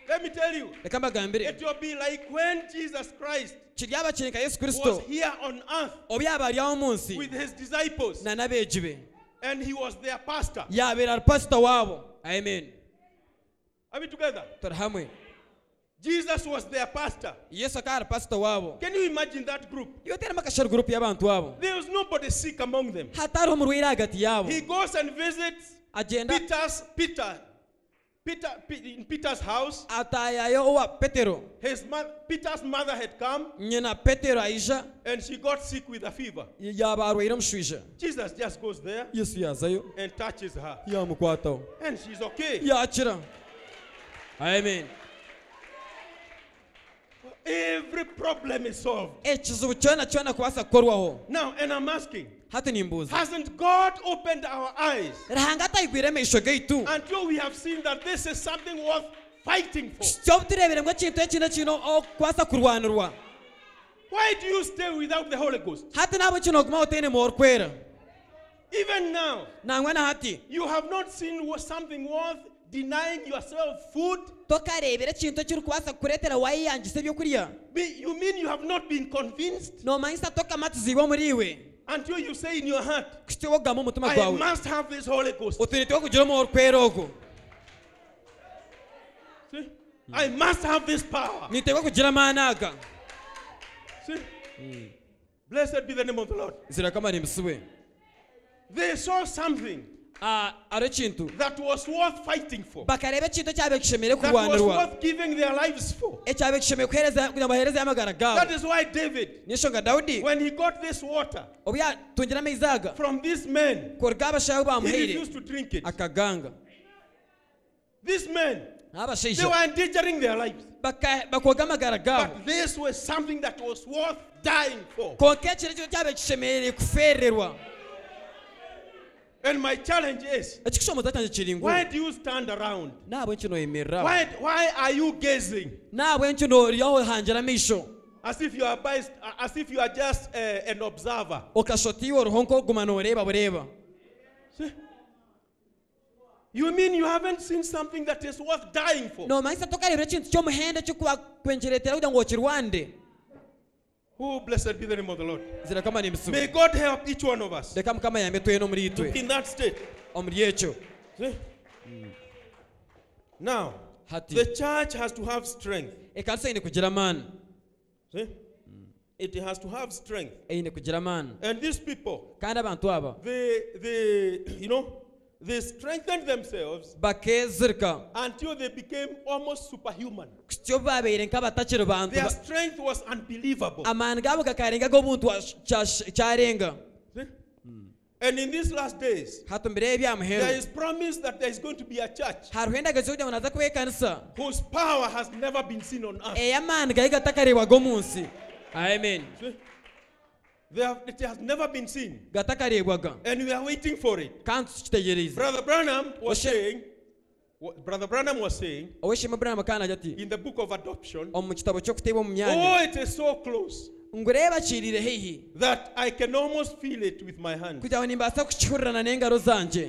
Let me tell you,
reka mbagambire
it will be like when Jesus Christ
kiryaba kirinka yesu
was
kristo
here on earth
obu yaba ari aho omu nsi
with his disciples
na n'abeegi be
and he was their pastor.
yabera pasito waabo amen
Are we together?
turi hamwe
Jesus was their pastor.
yesu akaba ari pasito waabo
Can you imagine that group?
iwe teremu akashari gurupu y'abantu abo
There was nobody sick among them.
hatariho omurwaire hagati yaabo
He goes and visits
agenda
Peter's Peter, Peter Pe- in Peter's house.
atayayo owa petero
His mo- Peter's mother had come
nyina petero aija
and she got sick with a fever.
yaba arwaire omushwija
Jesus just goes there
yesu yazayo
and touches her,
yamukwataho
and she's okay.
yakira amen
Every problem is solved.
ekizibu kyona kyona kubaasa kukorwaho
Now, and I'm asking,
hati nimbuuza
hasn't God opened our eyes
ruhanga atayigwire amaisho gaitu
until we have seen that this is something worth fighting for?
kyobu tureebere ngu ekintu eki nekino okubaasa kurwanirwa
Why do you stay without the Holy Ghost?
hati nabo kino ogumaho otaine moorikwera
Even now,
nangwa na hati
you have not seen wo- something worth denying yourself food.
tokareebera ekintu ekirikubaasa kukureetera waayeyangisa ebyokurya
Be- You mean you have not been convinced?
noomanyisa tokamatiziibwa omuri iwe
Until you say in your heart,
kutyoba okugamba omutima
I
gwawe
must have this Holy Ghost.
otwine twokugira omuorikwera ogu
See? I must have this power.
nitekwa kugira amaani aga
See? Blessed be the name of the Lord.
zirakamarimbisiwe
They saw something
ari ekintu
that was worth fighting for,
bakareeba ekintu ekyabe kishemere
that was
kurwanirwa
worth giving their lives for.
ekyabe kishemere kuhereza kugira ngo bahereze amagara
That
gaabo
is why David,
n'ensonga dawudi
when he got this water
obu yatungira amaizi aga
from these men,
kuruga abashaho
he
bamuhaire
refused to drink it.
akaganga
These men, they
n'abashaija
were endangering their lives.
baka- bakoga amagara gaabo
But this was something that was worth dying for.
konka ekiro ekyo kyabe kishemerere kuferererwa
And my challenge is
ekikishomoza kyange kiri ngu
why do you stand around?
naabwe nkyo noyemereraho
Why, why are you gazing
naabwe nkyo noryaho hangira amaisho
as if you are, biased, as if you are just uh, an observer?
okashotiiwe oruho nk'oguma nooreeba bureeba
See? You mean you haven't seen something that is worth dying for?
noomanyisa tokareebera ekintu ky'omuhende kyokubakwenkireetera kugira ngu okirwande
Oh, blessed be the name of the Lord.
zirakama n'emisibo
May God help each one of us
reka mukama yambe twena omuri itwe
in that state.
omuri ekyo
See? Now,
Hati.
the church has to have strength.
ekanisa eine kugira amaani
See? It has to have strength.
eine kugira amaani
And these people,
kandi abantu aba
they, they, (clears throat) you know, they strengthened themselves
bakezirika
until they became almost superhuman.
kutyo babeire nk'abatakiri bantu
Their
ba-
strength was unbelievable.
amaani gaabo gakarenga g'obuntu wash- kyash- kyarenga
See? And in these last days,
hati mu biro ebya
There
muhero
is promise that there is going to be a church
hariho endagazo kugira ngo naza kuba ekanisa
whose power has never been seen on earth.
ey'amaani gari gatakareebwaga omu nsi amen
See? They have, it has never been seen.
gatakareebwaga
And we are waiting for it.
kandi tukitegeereze
Brother Branham was
Washe-
saying, wa- Brother Branham was saying
oweshima buramu kandi agira ati
in the book of adoption,
omu kitabo ky'okuteeba omu myanya
oh, it is so close
ngureba kirire hihi
that I can almost feel it with my hand.
kugira ngo nimbaasa kukihururana n'engaro zanjye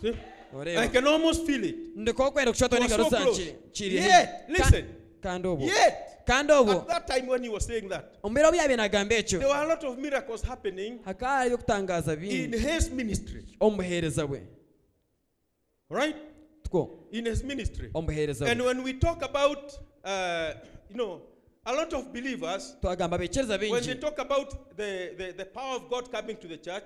See?
Oreba.
I can almost feel it.
ndiko kwenda kushotwa
Was
n'engaro
so close.
zanjye kirire
Yet,
hihi
listen.
Ka- kandi obwo
Yet,
kandi obwo
at that time when he was saying that,
omubiro obu yabe nagamba ekyo
there were a lot of miracles happening
hakaba hariyo okutangaza
in
bingi
his ministry.
omubuheereza bwe
Right?
two
In his ministry.
Oh, omubuheereza
And
bwe
when we talk about, uh, you know, a lot of believers,
twagamba abeekyereza
when they
bingi
talk about the, the, the power of God coming to the church,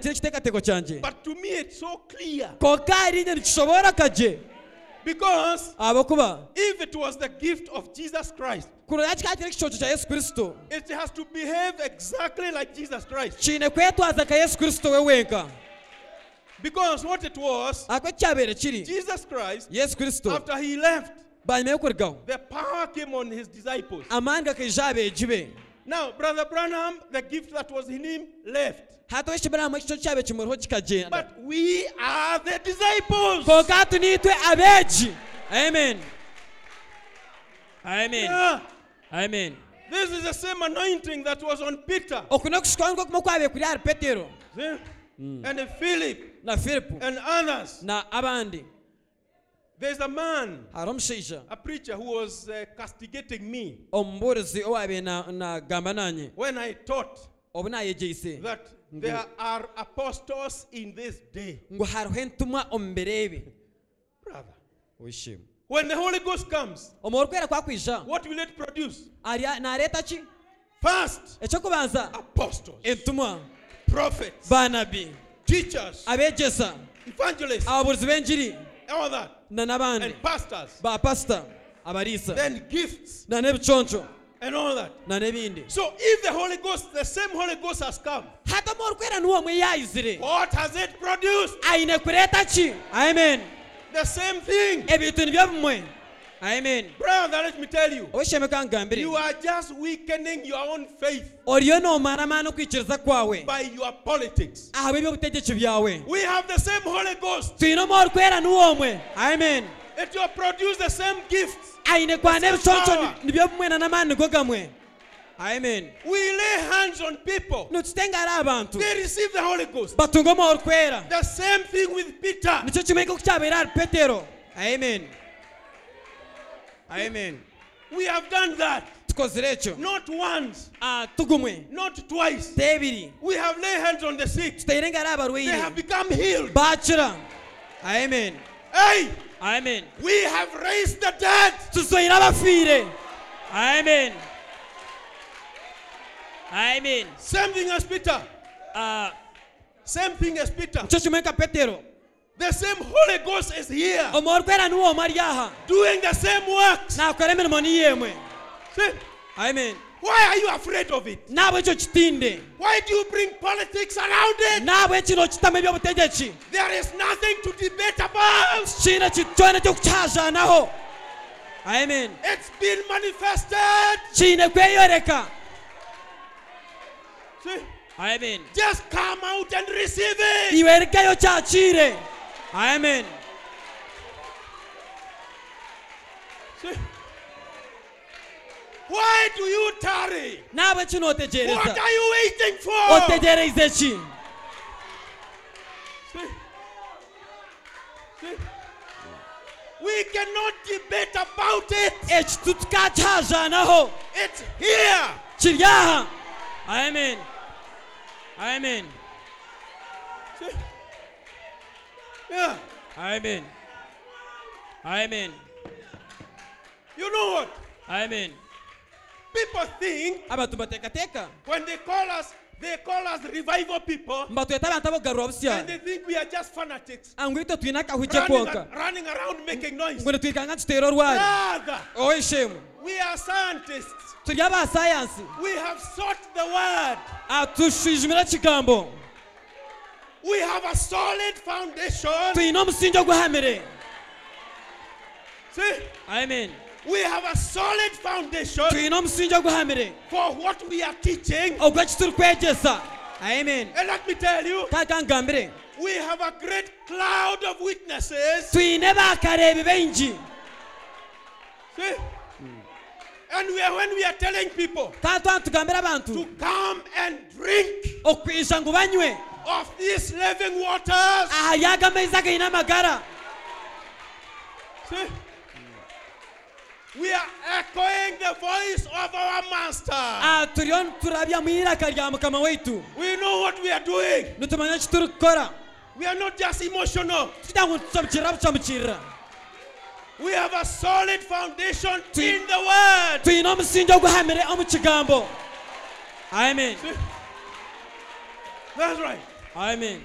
kiri ekiteekateeko kyange
but to me it's so clear
konka hariyo nyoni kishobora kagye
Because
ahakuba
if it was the gift of Jesus Christ,
kurora kikakiri ekicooco kya yesu kristo
it has to behave exactly like Jesus Christ.
kiine kwetwaza nka yesu kristo we wenka
Because what it was,
ahakwe kyabeire kiri
Jesus Christ,
yesu kristo
after he left,
banyuma y'okurigaho
the power came on his disciples.
amaani gakaija abeegi be
Now, Brother Branham, the gift that was in him left.
hataho ekibiramu ekicooco kyabe kimuriho kikagenda
But we are the disciples.
konka hatu niitwe abeegi amen amen
Yeah.
amen
This is the same anointing that was on Peter
oku n'okushukaho nk'okumwe kwabe kuri hari petero
see? and Philip
na filipu
and others.
na abandi
There's a man,
hariho omushaija
a preacher, who was uh, castigating me
omubuurizi owabe na- nagamba nanye
when I taught
obu nayegeise
that there are apostles in this day.
ngo hariho entumwa omu biro ebi
Brother,
wishima
when the Holy Ghost comes,
omwoyo kwera kwakwija
what will it produce?
arya- nareeta ki
First,
ekyokubanza
apostles,
entumwa
prophets,
baanabi
teachers,
abeegyesa
evangelists,
ababuruzi b'enjiri
all that.
na n'abandi
and pastors,
bapasita abariisa
then gifts
na n'ebiconco
and all that.
na n'ebindi
So if the Holy Ghost, the same Holy Ghost has come,
hata omwoyo kwera niwo omwe yayizire
what has it produced?
aine kureeta ki amen
The same thing.
ebintu nibyo bimwe amen
Brother, let me tell you,
obisheme kangambire
you are just weakening your own faith
oriyo noomara amaani okwikiriza kwawe
by your politics.
ahabwa eby'obutegyeki byawe
We have the same Holy Ghost.
twine omwoyo kwera niwo omwe amen
It will produce the same gifts.
aine kwana
Power.
ebiconco nibyo bimwe na n'amaani nigo gamwe amen
We lay hands on people.
nitutenge ari abantu
They receive the Holy Ghost.
batunga omwoyo kwera
The same thing with Peter.
nicyo kimwe nk'oku kyabaire hari petero amen amen
We have done that.
tukozire ekyo
Not once,
Ah, tugumwe
not twice.
tebiri
We have laid hands on the sick.
tutaire ngari
They
abarwaire
have become healed.
bakira amen
Hey!
amen
We have raised the dead.
tuzoire abafiire amen amen
Same thing as Peter.
Ah,
Same thing as Peter.
nicyo kimwe nka petero
The same Holy Ghost is here
omwoyo kwera niwo omwe ari aha
doing the same works.
nakora emirimo niyemwe
See,
amen
why are you afraid of it?
nabwe ekyo kitinde
Why do you bring politics around it?
nabwe ekino kitamu ebyobutegeki
There is nothing to debate about.
kiine kintu kyona kyokukyazaanaho amen
It's been manifested.
kiine kweyoreka
See,
amen
just come out and receive it.
iwe erigayo kyakire amen
See, why do you tarry?
nabwe kino
What
otegereza
are you waiting for?
otegereza ki
See? See? We cannot debate about it.
ekitu tukakyazaanaho
It's here.
kiri aha amen amen
See? Yeah.
amen amen
You know what?
amen
People think
abantu mbateekateeka
when they call us, they call us revival people,
mbatweta abantu abogarura
and
obusyana
they think we are just fanatics
angu itwe twine akahukye
running,
kwonka
running around making noise.
ngo nitwikanga nituteera orwari
Rather,
owe ishemu
we are scientists.
turi abasayansi
We have sought the word.
atushijimira ekigambo
We have a solid foundation.
twine omusingi oguhamire
See,
amen
we have a solid foundation
twine omusingi oguhamire
for what we are teaching.
ogweki turikwegyesa amen
And let me tell you,
kakangambire
we have a great cloud of witnesses.
twine bakareebi baingi
See? And we are, when we are telling people
kandi twaba nitugambira
to
abantu
come and drink
okwija ngu banywe
of these living waters,
ahari aga amaizi againe amagara
see? we are echoing the voice of our master.
Ah, turiyo niturabya mu iraka rya mukama waitu
We know what we are doing.
nitumanya eki turi kukora
We are not just emotional.
tugira ngu nitucamukirira bucamukirira
We have a solid foundation in the word.
twine omusingi oguhamire omu kigambo amen
See? That's right.
amen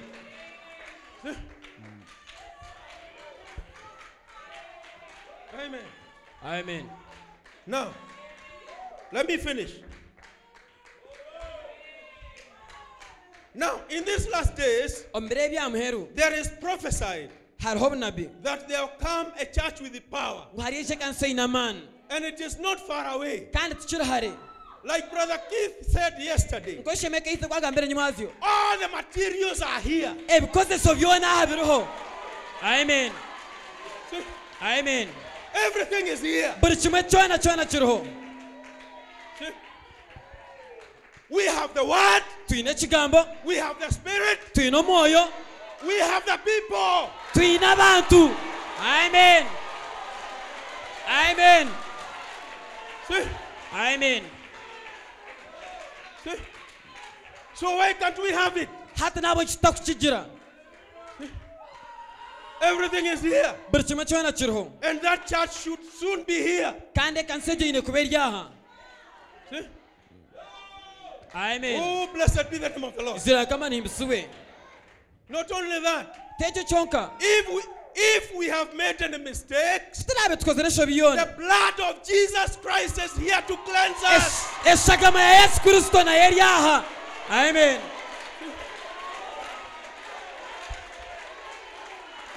Amen.
amen
Now, let me finish. Now, in these last days,
omu biro ebya muheru
there is prophesied
hariho obunabi
that there will come a church with the power,
ngu hariyo ekanisa eine amaani
and it is not far away.
kandi tikiri hare
Like Brother Keith said yesterday,
nk'oshemeka eite gwagambira enyuma yabyo
all the materials are here.
ebikozeso byona aha biriho amen
See,
amen
everything is here.
buri kimwe cyona cyona kiriho
See, we have the word,
twine ekigambo
we have the spirit,
twine omwoyo
we have the people.
twine abantu amen amen
See,
amen
see. So why can't we have it?
hati nabo kitakukigira
Everything is here.
buri kimwe cyona kiriho
And that church should soon be here.
kandi ekanisa egyo yine kuba eri aha
See?
amen
Oh, blessed be the name of the Lord.
ziraka amanimbisiwe
Not only that,
ti ekyo kyonka
if we if we have made any mistakes,
titirabe tukozire esho byona
the blood of Jesus Christ is here to cleanse us.
Es- eshagama ya yesu kristo nayo eri aha amen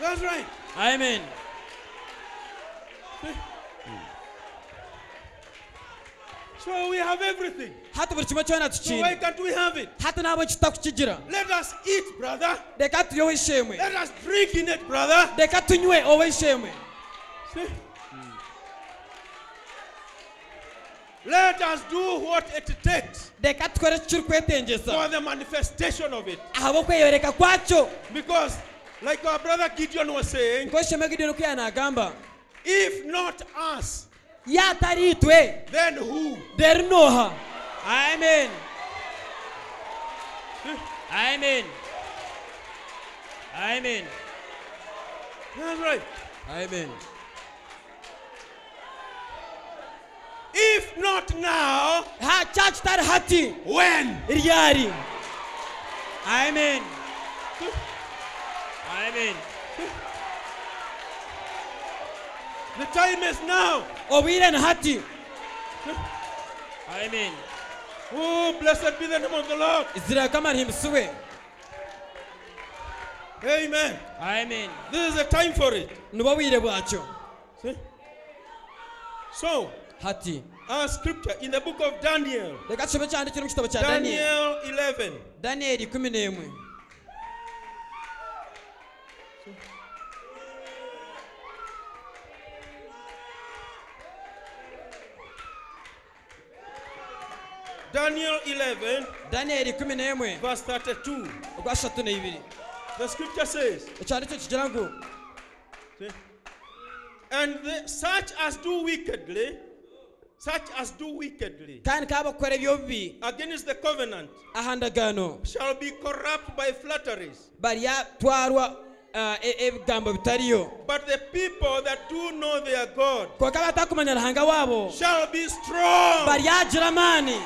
That's right.
amen
So we have everything.
hati buri kimwe cyona
So why
tukiine
can't we have it?
hati nabo kitakukigira
Let us eat, brother.
reka turyeho ishemwe
Let us drink in it, brother.
reka tunywe owe ishemwe
See? Let us do what it takes
reka dukore ikiri
for
kwetengeza
the manifestation of it.
ahabo kweyoreka kwacyo
Because, like our brother Gideon was saying,
niko ishema gideon ko yanagamba
if not us,
yatari itwe
then who?
rero noha amen amen amen
That's right.
amen
If not now,
ha cyacu tari hati
when?
ryari amen amen
The time is now.
obwire ni hati amen
Oh, blessed be the name of the Lord.
iziraka amarimbisiwe
Amen.
amen
This is the time for it.
nibo bwire bwacyo
See? So,
hati
our scripture in the book of Daniel,
reka tusome cyandikire mu gitabo cya daniyeli
Daniel 11.
daniyeli kumi n'imwe
Daniel 11,
daniyeli kumi n'imwe
verse 32.
rwa shatu n'ibiri
The scripture says,
icyanditse kigira ngo
See? And the, such as do wickedly, such as do wickedly
kandi kabakora ebyobubi
against the covenant
ahandagano
shall be corrupt by flatteries.
baryatwarwa ah, e- ebigambo bitariyo
But the people that do know their God
kwonka batakumanya ruhanga wabo
shall be strong
baryagira amaani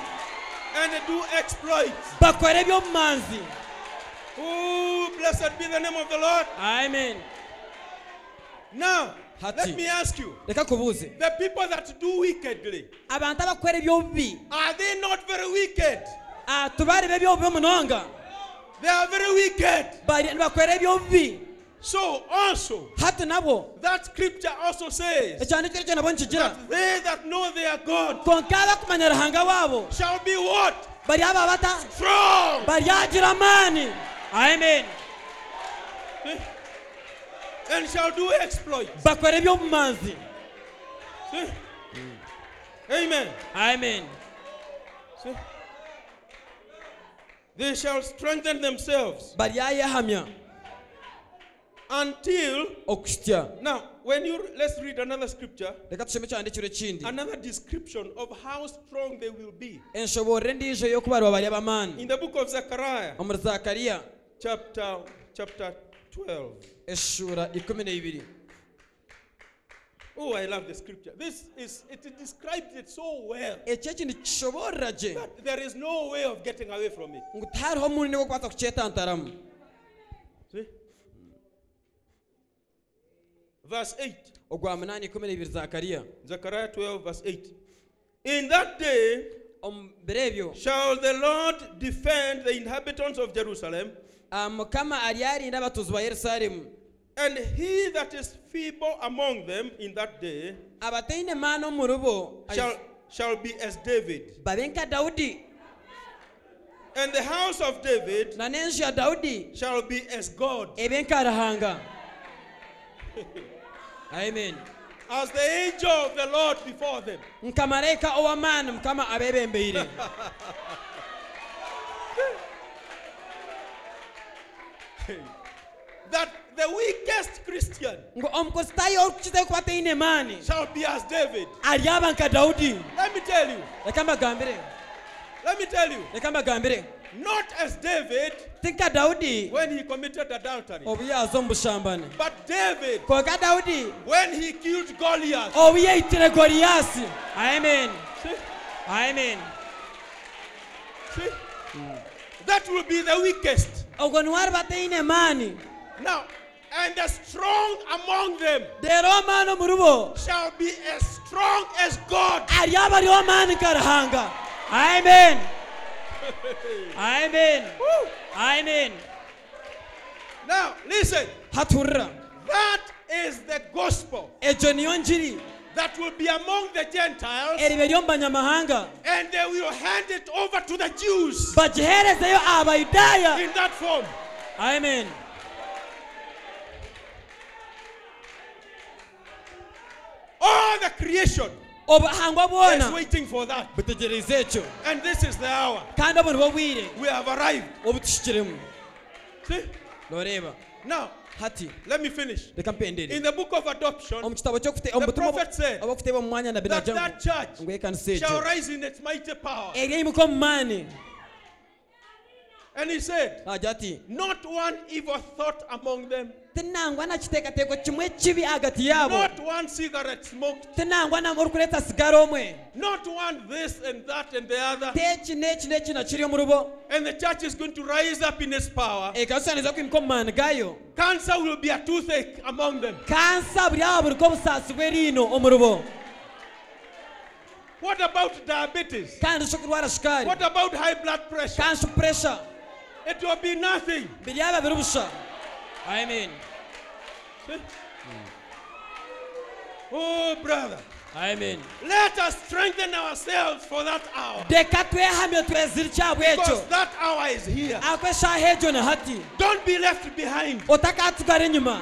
and do exploits.
bakora ebyobumanzi
Oh, blessed be the name of the Lord.
amen
Now,
Hati.
let me ask you
reka kubuze
the people that do wickedly,
abantu abakora ebyobubi
are they not very wicked?
ah, tubareba ebyobubi omunonga
They are very wicked.
bari- nibakora ebyobubi
So, also,
hati nabo
that scripture also says
ekyandikiro ekyo nabo nikigira
that they that know their God
kwonka abakumanya ruhanga wabo
shall be what?
bari aba bata
Strong. (laughs)
baryagira amaani amen
See? And shall do exploits. (laughs)
bakora ebyobumanzi
See? Amen. (laughs)
amen
See? They shall strengthen themselves
baryayehamya
until
okusya
now. When you let's read another scripture,
reka tusome ekyandikiro ekindi
another description of how strong they will be
enshoborere endiijo y'okubarwa bari abamaani
in the book of Zechariah,
omu zakariya
chapter chapter twelve.
eshuura ikumi n'ibiri
Oh, I love the scripture. This is it describes it so well
eki ekindi kishoborera gye
that there is no way of getting away from it.
ngu tihariho munene gw'okubaasa kukyetantaramu
See? verse 8.
ogwa munani ikumi n'ibiri zakariya
Zechariah 12, verse 8. In that day
Om- mbere ebyo
shall the Lord defend the inhabitants of Jerusalem,
ah, mukama ari yarinda abatuzi ba yerusaremu
and he that is feeble among them in that day
abataine maana omu rubo
shall, shall be as David.
babe nka dawudi
And the house of David
na n'enju ya dawudi
shall be as God.
ebe nka ruhanga amen
as the angel of the Lord before them.
nka marayika ow'amaani mukama abebembeire
That the weakest Christian
ngo omukozitayi orikukizayo kuba taine maani
shall be as David.
ari aba nka dawudi
Let me tell you,
reka mbagambire
let me tell you,
reka mbagambire
not as David
ti nka dawudi
when he committed adultery,
obu yaza omu bushambani
but David
konka dawudi
when he killed Goliath.
obu yeitire goliyasi amen
See?
amen
See? That will be the weakest.
obwo niwari bataine maani
Now, and the strong among them
rero amaani omu rubo
shall be as strong as God.
ari aba ariho amaani nka ruhanga amen amen
Woo!
amen
Now, listen,
haturira
that is the gospel
egyo niyo njiri
that will be among the Gentiles.
eribe ryo mu banyamahanga
And they will hand it over to the Jews
bagiherezeyo abayudaaya
in that form.
amen
All the creation
obuhangwa
is
bwona
waiting for that.
butegereze ekyo
And this is the hour.
kandi obu nibo bwire
We have arrived.
obutushikiremu
See?
noreeba
Now,
hati
let me finish.
reka mpendere
In the book of adoption,
omu kitabo ky'okute- omu
The
butumwa
prophet said
obu- obukuteeba omu mwanya nabi
that
najamu
that church
ngo ekanisa
shall
egyo
rise in its mighty power.
eri eimuka omu maani
And he said,
agira ati
Not one evil thought among them,
tinangwa na kiteekateeko kimwe kibi hagati yaabo
not one cigarette smoked,
tinangwa nangwa orikureeta sigara omwe
not one this and that and the other.
teki neki neki nakiri omu rubo
And the church is going to rise up in its power.
ekarusaniriza kwimuka omu maani gayo
Cancer will be a toothache among them.
kansa buri aho buriko obusaasi bw'eriino omu rubo
What about diabetes?
kandi shokurwara shukaari
What about high blood pressure?
kanshi puresha
It will be nothing. (laughs)
biri aba biri busha amen
Oh, brother,
amen
let us strengthen ourselves for that hour.
reka twehamye twezire icyabo ekyo
Because that hour is here.
ako eshaaha egyo ni hati
Don't be left behind,
otakatigara enyuma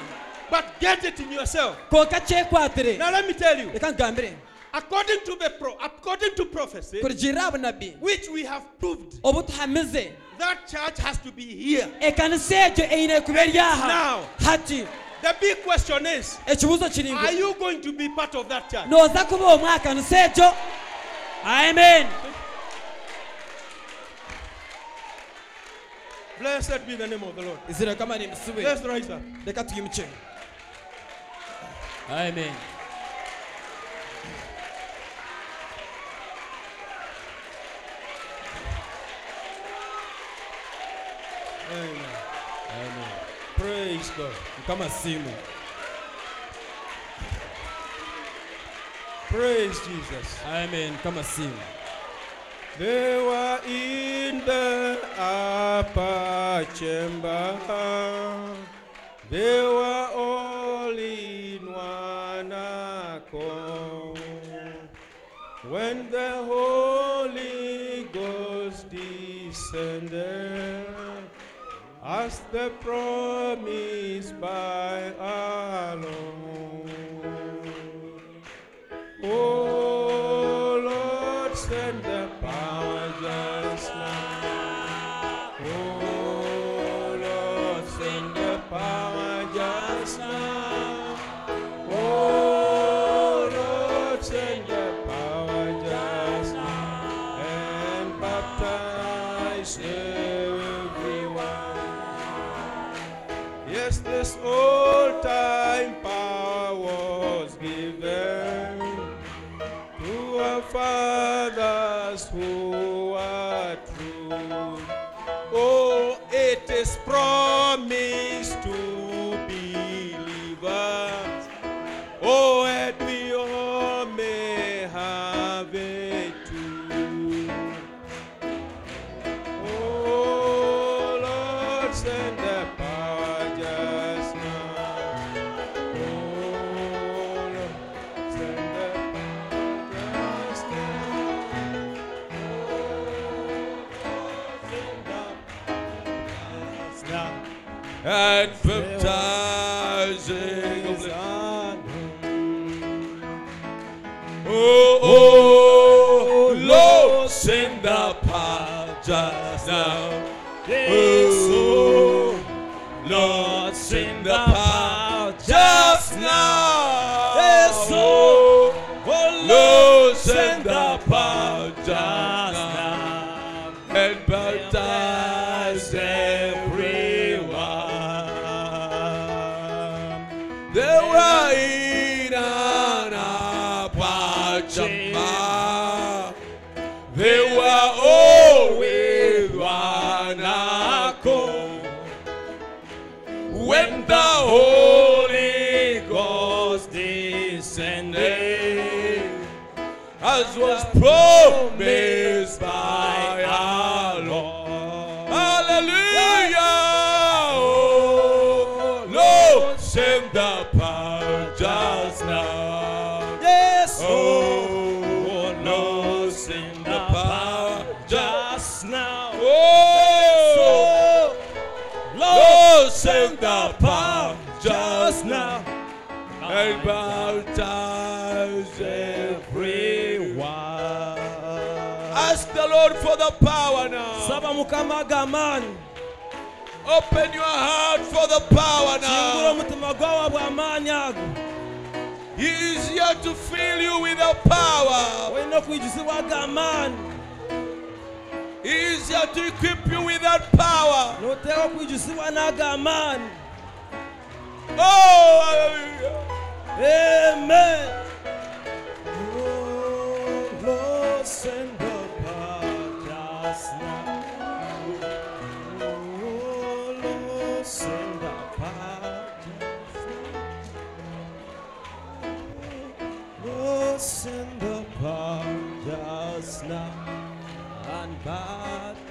but get it in yourself.
konka kyekwatire
Now, let me tell you,
reka nkugambire
according to, the pro- according to prophecy,
kurigirira abunabi
which we have proved,
obu tuhamize
that church has to be here.
ekanisa egyo eine kuba eri aha
Now.
hati
The big question is
ekibuzo kiri
are
ngu
you going to be part of that church?
nooza kuba omwe akanisa egyo amen
Blessed be the name of the Lord.
izira kama ni msibe
Let's rise up.
reka twimuke amen
Amen.
amen
Praise God.
mukama asiimwe
Praise Jesus.
amen mukama asiimwe
They were in the upper chamber. They were all in one accord. When the Holy Ghost descended, as the promise by our Lord. O Lord, send the power just now. O Lord, send the power just now. O Lord, send the power just now. And baptize everyone. Yes, this old time power was given to our fathers who are true. Oh, it is promised to believers. Oh, Oh, and baptizing of the Oh, oh, Lord, send the power just now. Oh, Lord, send the power just now. Oh, Lord, send the power just now. And baptize everyone. They were in an apachama. They were all with one accord. When the Holy Ghost descended, as was promised by our Lord. Hallelujah! Oh, Lord, send the power just now. Yes, oh, Lord, send the power just now. Oh, Lord, send the power just now and baptize everyone. Ask the Lord for the power now.
saba mukama ag'amaani
Open your heart for the power
kingura
now.
omutima gwawa bw'amaanyi ago
He is here to fill you with the power.
olina okwijuzibwa ag'amaani
He is here to equip you with that power.
n'oteeka okwijuzibwa n'ag'amaani
Oh, hallelujah.
amen
Send the power just now and baptize